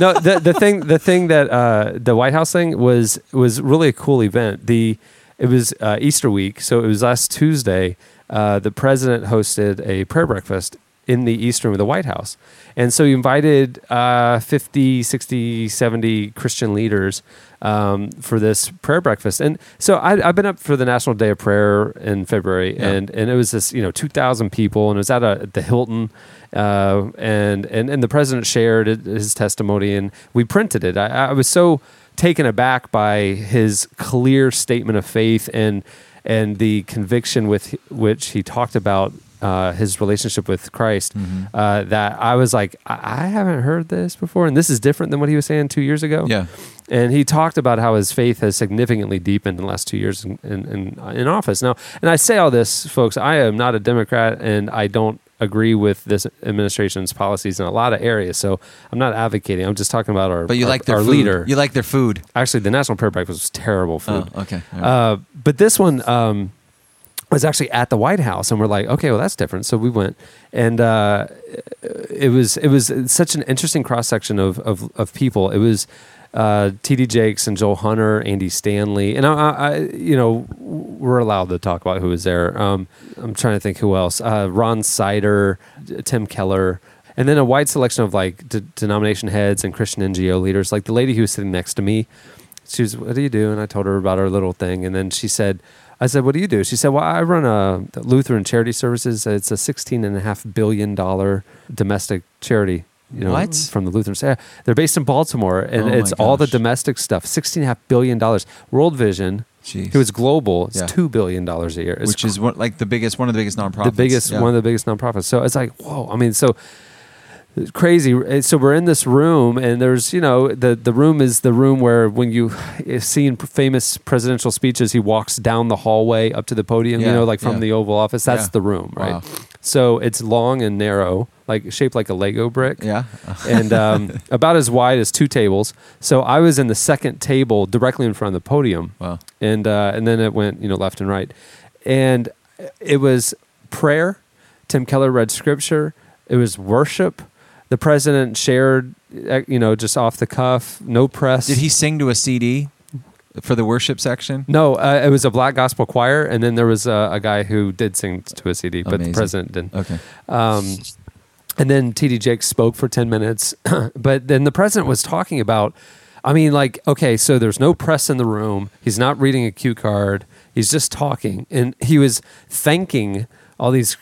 S1: no, the the thing the thing that uh, the White House thing was was really a cool event. The it was uh, Easter week, so it was last Tuesday. Uh, the president hosted a prayer breakfast in the East Room of the White House. And so he invited uh, 50, 60, 70 Christian leaders um, for this prayer breakfast. And so I, I've been up for the National Day of Prayer in February,
S5: Yeah.
S1: and and it was this you know 2000 people and it was at a, at the hilton uh, and, and and the president shared it- his testimony and we printed it I, I was so taken aback by his clear statement of faith and and the conviction with which he talked about uh, his relationship with Christ, uh, that I was like, I-, I haven't heard this before, and this is different than what he was saying two years ago.
S2: Yeah.
S1: And he talked about how his faith has significantly deepened in the last two years in, in, in, in office. Now, and I say all this, folks, I am not a Democrat and I don't agree with this administration's policies in a lot of areas. So I'm not advocating. I'm just talking about our,
S2: But you
S1: our,
S2: like their
S1: our
S2: food.
S1: leader.
S2: You like their food.
S1: Actually, the National Prayer Breakfast was terrible food.
S2: Oh, okay. All right.
S1: Uh, but this one um, was actually at the White House, and we're like, okay, well, that's different. So we went, and uh, it was it was such an interesting cross section of, of of people. It was uh, T.D. Jakes and Joel Hunter, Andy Stanley, and I, I, I you know, we're allowed to talk about who was there. Um, I'm trying to think who else. Uh, Ron Sider, Tim Keller. And then a wide selection of like de- denomination heads and Christian NGO leaders. Like the lady who was sitting next to me, she was, "What do you do?" And I told her about our little thing, and then she said, "I said, what do you do?" She said, "Well, I run a Lutheran charity services. It's a sixteen and a half billion dollar domestic charity." You know,
S2: What?
S1: from the Lutheran? Yeah, they're based in Baltimore, and
S2: Oh my
S1: it's all the domestic stuff. Sixteen and a half billion dollars. World Vision,
S2: Jeez.
S1: It was global. It's
S2: Yeah.
S1: two billion dollars a year, It's
S2: which is one, like the biggest, one of the biggest nonprofits.
S1: the biggest
S2: Yeah.
S1: one of the biggest nonprofits. So it's like whoa. I mean, so it's crazy. Uh, So we're in this room, and there's you know the the room is the room where when you seen famous presidential speeches, he walks down the hallway up to the podium. you
S2: Yeah,
S1: know, like from
S2: yeah.
S1: the Oval Office. That's
S2: Yeah.
S1: the room, right?
S2: Wow.
S1: So it's long and narrow, like shaped like a Lego brick.
S2: Yeah.
S1: and um, about as wide as two tables. So I was in the second table directly in front of the podium. Wow. And uh, and then it went you know left and right, and it was prayer. Tim Keller read scripture. It was worship. The president shared eh, you know just off the cuff, no press.
S2: Did he sing to a CD for the worship section?
S1: No, uh, it was a black gospel choir, and then there was uh, a guy who did sing to a CD, but
S2: Amazing.
S1: the president didn't.
S2: Okay.
S1: Um, and then TD Jakes spoke for 10 minutes, but then the president was talking about, I mean, like, okay, so there's no press in the room. He's not reading a cue card. He's just talking. And he was thanking all these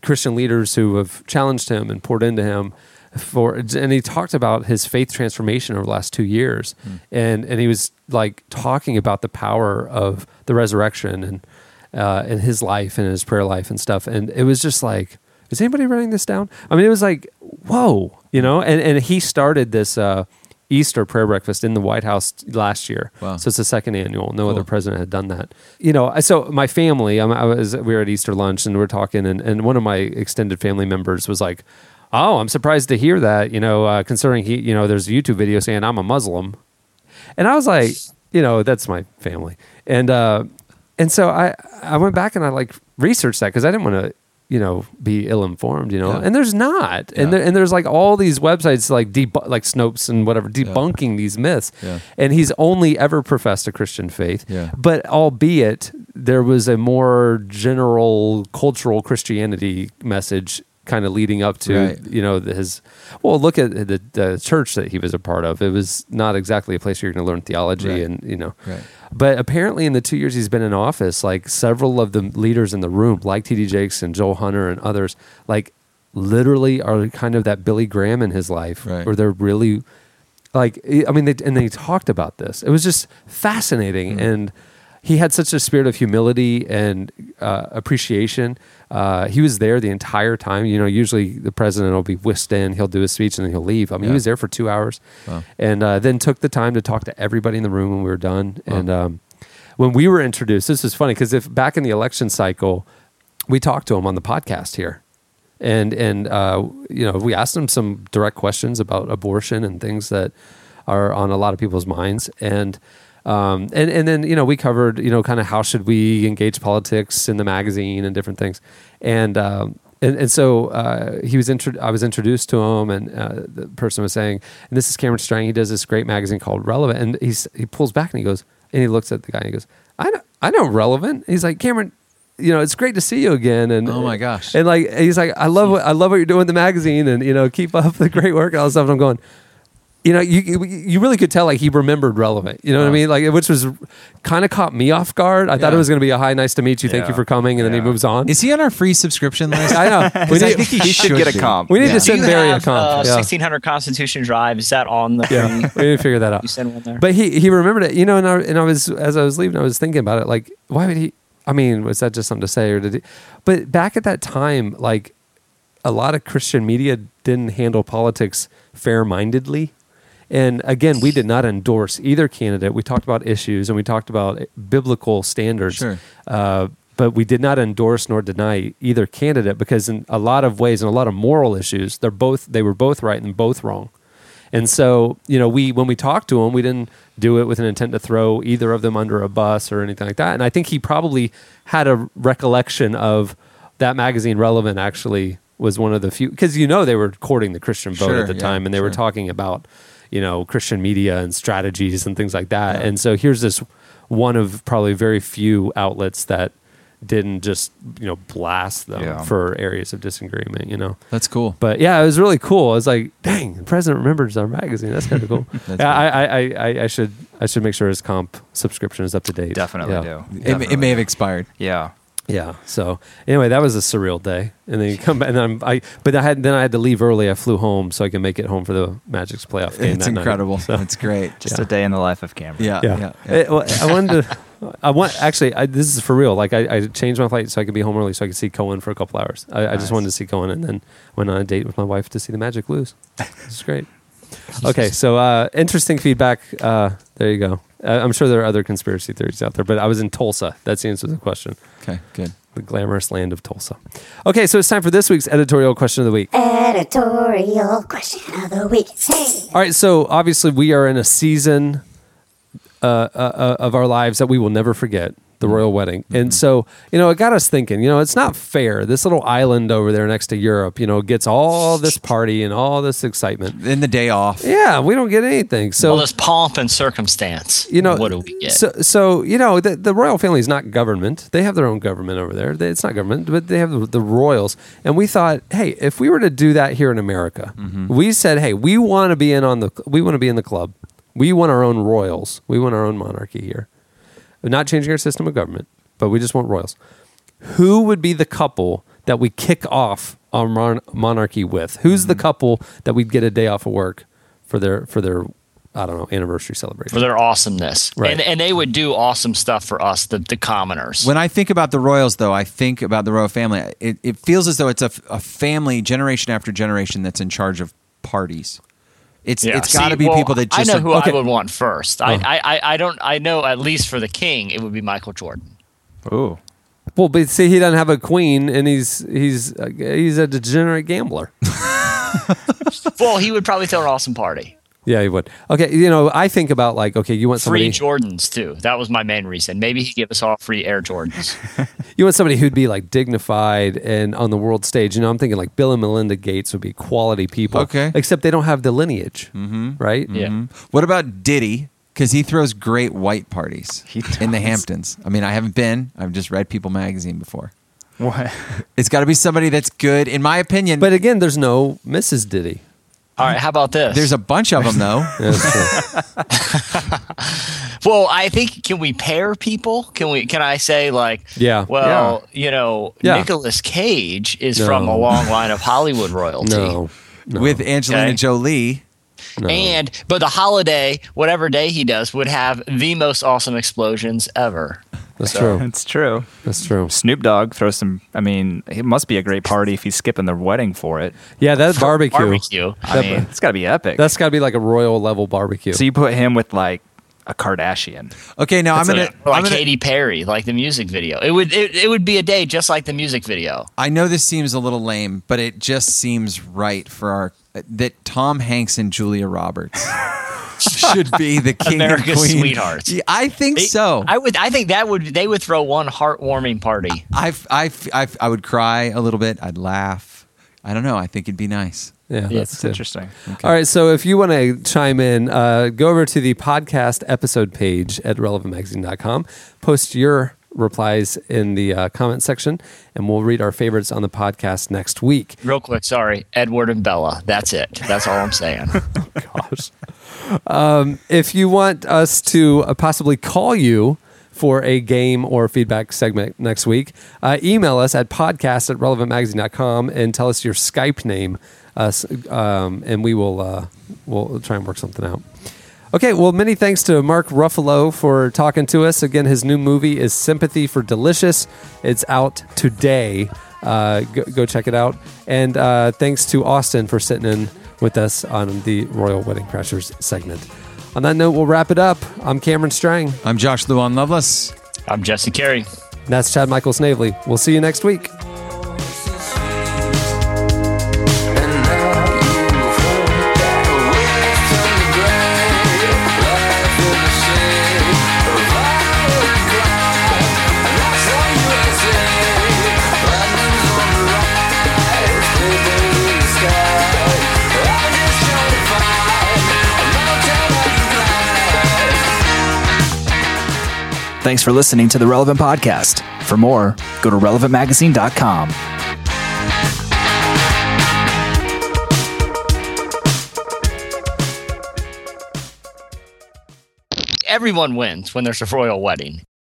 S1: Christian leaders who have challenged him and poured into him for and he talked about his faith transformation over the last two years and and he was like talking about the power of the resurrection and uh in his life and his prayer life and stuff and it was just like is anybody writing this down i mean it was like whoa you know and and he started this uh Easter prayer breakfast in the White House last year.
S2: Wow.
S1: So it's the second annual. No other president had done that. You know, I- so my family, I'm, I was, we were at Easter lunch and we are talking, and, and one of my extended family members was like, Oh, I'm surprised to hear that, you know, uh, considering he, you know, there's a YouTube video saying I'm a Muslim. And I was like, you know, that's my family. And, uh, and so I, I went back and I like researched that because I didn't want to, you know, be ill informed, you know,
S2: Yeah.
S1: and there's not. And, there, and there's like all these websites like debu- like Snopes and whatever debunking these myths.
S2: Yeah.
S1: And he's only ever professed a Christian faith.
S2: Yeah.
S1: But albeit there was a more general cultural Christianity message kind of leading up to
S2: Right.
S1: you know the- his well look at the, the church that he was a part of it was not exactly a place where you're going to learn theology
S2: Right.
S1: and you know
S2: Right.
S1: but apparently, in the two years he's been in office, like several of the leaders in the room, like TD Jakes and Joel Hunter and others, like literally are kind of that Billy Graham in his life,
S2: Right.
S1: where they're really like, I mean, they, and they talked about this. It was just
S2: Hmm.
S1: fascinating. And he had such a spirit of humility and uh, appreciation. Uh, he was there the entire time. You know, usually the president will be whisked in, he'll do his speech, and then he'll leave. I mean,
S2: Yeah.
S1: he was there for two hours
S2: Wow.
S1: and uh, then took the time to talk to everybody in the room when we were done. And um, when we were introduced, this is funny because if back in the election cycle, we talked to him on the podcast here, and and uh, you know we asked him some direct questions about abortion and things that are on a lot of people's minds, and. Um, and and then you know we covered you know kind of how should we engage politics in the magazine and different things, and um, and, and so uh, he was intro- I was introduced to him, and uh, the person was saying, and this is Cameron Strang. He does this great magazine called Relevant. And he's, he pulls back and he goes, and he looks at the guy and he goes, I know, I know Relevant. He's like, Cameron, you know, it's great to see you again. And
S2: Oh my gosh.
S1: And like, he's like, I love what, I love what you're doing with the magazine and, you know, keep up the great work and all this stuff. And I'm going, you know, you you- you really could tell like he remembered relevant. You know what I mean? Like, which was kind of caught me off guard. I thought it
S2: Uh-huh. Yeah.
S1: was going to be a hi, nice to meet you, thank you
S2: Yeah.
S1: for coming, and then he moves on.
S2: Is he on our free subscription list?
S1: I know. We
S2: 'Cause I
S1: need-
S2: think he,
S1: He should get a
S2: be.
S1: comp. We need to
S2: Yeah.
S1: send
S4: Do you
S1: Barry a
S4: have,
S1: comp,
S4: Uh,
S1: yeah.
S4: 1600 Constitution Drive. Is that on the
S1: Yeah,
S4: thing?
S1: we need to figure that out.
S4: You send one there.
S1: But he he remembered it, you know, and I, and I was as I was leaving, I was thinking about it, like why would he? I mean, was that just something to say, or did he? But back at that time, like a lot of Christian media didn't handle politics fair mindedly. And again, we did not endorse either candidate. We talked about issues and we talked about biblical standards.
S2: Sure.
S1: Uh, but we did not endorse nor deny either candidate because in a lot of ways and a lot of moral issues, they're both they were both right and both wrong. And so, you know, we when we talked to him, we didn't do it with an intent to throw either of them under a bus or anything like that. And I think he probably had a recollection of that magazine relevant actually was one of the few because you know they were courting the Christian vote
S2: Sure,
S1: at the
S2: yeah,
S1: time and they were
S2: sure.
S1: talking about, you know, Christian media and strategies and things like that. And so here's this one of probably very few outlets that didn't just, you know, blast them
S2: Yeah.
S1: for areas of disagreement, you know.
S2: That's cool.
S1: But yeah, it was really cool. I was like, dang, the president remembers our magazine. That's kind of cool. yeah, I, I, I- I, I should I should make sure his comp subscription is up to date.
S5: Definitely
S1: yeah.
S5: do.
S2: It, it may have expired.
S5: Yeah.
S1: Yeah. So anyway, that was a surreal day, and then you come back, and I'm, I but I had then I had to leave early. I flew home so I could make it home for the Magic's playoff game.
S2: It's
S1: that night.
S2: incredible. It's great.
S5: Just a day in the life of Cameron.
S2: Yeah.
S1: Yeah.
S2: Yeah.
S1: Eh, well, I wanted to I want actually. I, this is for real. Like I, I changed my flight so I could be home early so I could see Cohen for a couple hours. I, I
S5: Nice.
S1: just wanted to see Cohen, and then went on a date with my wife to see the Magic lose. It's great. okay, so uh, interesting feedback. Uh, there you go. Uh, I'm sure there are other conspiracy theories out there, but I was in Tulsa. That's the answer to the question.
S2: Okay, good.
S1: The glamorous land of Tulsa. Okay, so it's time for this week's editorial question of the week.
S15: Editorial question of the week. Hey.
S1: All right, so obviously we are in a season uh, uh, uh, of our lives that we will never forget the royal wedding. And so, you know, it got us thinking, you know, it's not fair. This little island over there next to Europe, you know, gets all this party and all this excitement.
S2: In the day off.
S1: Yeah, we don't get anything. So
S4: all this pomp and circumstance.
S1: you know
S4: what do we get?
S1: So, so you know, the, the royal family is not government. They have their own government over there. They- It's not government, but they have the, the royals. And we thought, hey, if we were to do that here in America,
S4: Mm-hmm.
S1: we said, hey, we want to be in on the we want to be in the club. We want our own royals. We want our own monarchy here. We're not changing our system of government, but we just want royals. Who would be the couple that we kick off our mon- monarchy with? Who's
S4: Mm-hmm.
S1: the couple that we'd get a day off of work for their for their I don't know anniversary celebration
S4: for their awesomeness,
S1: Right.
S4: and and they would do awesome stuff for us, the the commoners.
S2: When I think about the Royals, though, I think about the royal family. It, it feels as though it's a, f- a family, generation after generation, that's in charge of parties. It's
S4: Yeah.
S2: it's got to
S4: See,
S2: be
S4: well,
S2: people that just
S4: I know
S2: are-
S4: who
S2: okay.
S4: I would want first. I,
S2: Oh.
S4: I, I I don't I know at least for the king it would be Michael Jordan.
S2: Oh.
S1: Well, but see, he doesn't have a queen, and he's he's uh, he's a degenerate gambler.
S4: well, he would probably throw an awesome party.
S1: yeah, he would. Okay, you know, I think about like, okay, you want somebody,
S4: Free Jordans too. That was my main reason. Maybe he'd give us all free Air Jordans.
S1: you want somebody who'd be like dignified and on the world stage. You know, I'm thinking like Bill and Melinda Gates would be quality people.
S2: Okay.
S1: except they don't have the lineage, right?
S2: Mhm. What about Diddy? Because he throws great white parties in the Hamptons. I mean, I haven't been. I've just read People magazine before.
S5: What?
S2: It's got to be somebody that's good, in my opinion. But
S1: again, there's no Mrs. Diddy.
S4: All right, how about this?
S2: There's a bunch of them, though.
S4: Well, I think can we pair people? Can we? Can I say like?
S1: Yeah.
S4: Well, you know,
S2: Yeah.
S4: Nicolas Cage is
S2: No.
S4: from a long line of Hollywood royalty.
S2: With Angelina
S4: Okay.
S2: Jolie.
S4: And but the holiday, whatever day he does, would have the most awesome explosions ever.
S1: That's
S4: So-
S5: That's true.
S1: That's true.
S5: Snoop Dogg throws some. I mean, it must be a great party if he's skipping the wedding for it.
S1: Yeah, that barbecue.
S5: Barbecue. I
S1: That-
S5: mean, it's got to be epic.
S1: That's got to be like a royal level barbecue.
S5: So you put him with like a Kardashian.
S2: Okay, now
S5: I'm gonna-
S4: or like
S5: I'm gonna-
S4: Katy Perry, like the music video. It would it, it would be a day just like the music video.
S2: I know this seems a little lame, but it just seems right for our that Tom Hanks and Julia Roberts should be the king
S4: America's
S2: and queen.
S4: sweethearts.
S2: Yeah, I think
S4: They-
S2: so.
S4: I would. I think that would. They would throw one heartwarming party.
S2: I, I, I, I would cry a little bit. I'd laugh. I don't know. I think it'd be nice.
S1: Yeah, Yeah, that's it's good.
S5: interesting.
S1: All right, so if you want to chime in, uh, go over to the podcast episode page at relevantmagazine.com. Post your replies in the uh, comment section, and we'll read our favorites on the podcast next week.
S4: Real quick, sorry, Edward and Bella. That's it. That's all I'm saying.
S1: Um, if you want us to uh, possibly call you for a game or feedback segment next week, uh, email us at podcast at relevantmagazine.com and tell us your Skype name, uh, s- um, and we will uh, we'll try and work something out. Okay, well, many thanks to Mark Ruffalo for talking to us. Again, his new movie is Sympathy for Delicious. It's out today. Uh, go, go check it out. And uh, thanks to Austin for sitting in with us on the Royal Wedding Crashers segment. On that note, we'll wrap it up. I'm Cameron Strang.
S2: I'm Josh Luan Lovelace.
S4: I'm Jesse Carey.
S1: And that's Chad Michael Snavely. We'll see you next week.
S3: Thanks for listening to the Relevant Podcast. For more, go to relevantmagazine.com.
S4: Everyone wins when there's a royal wedding.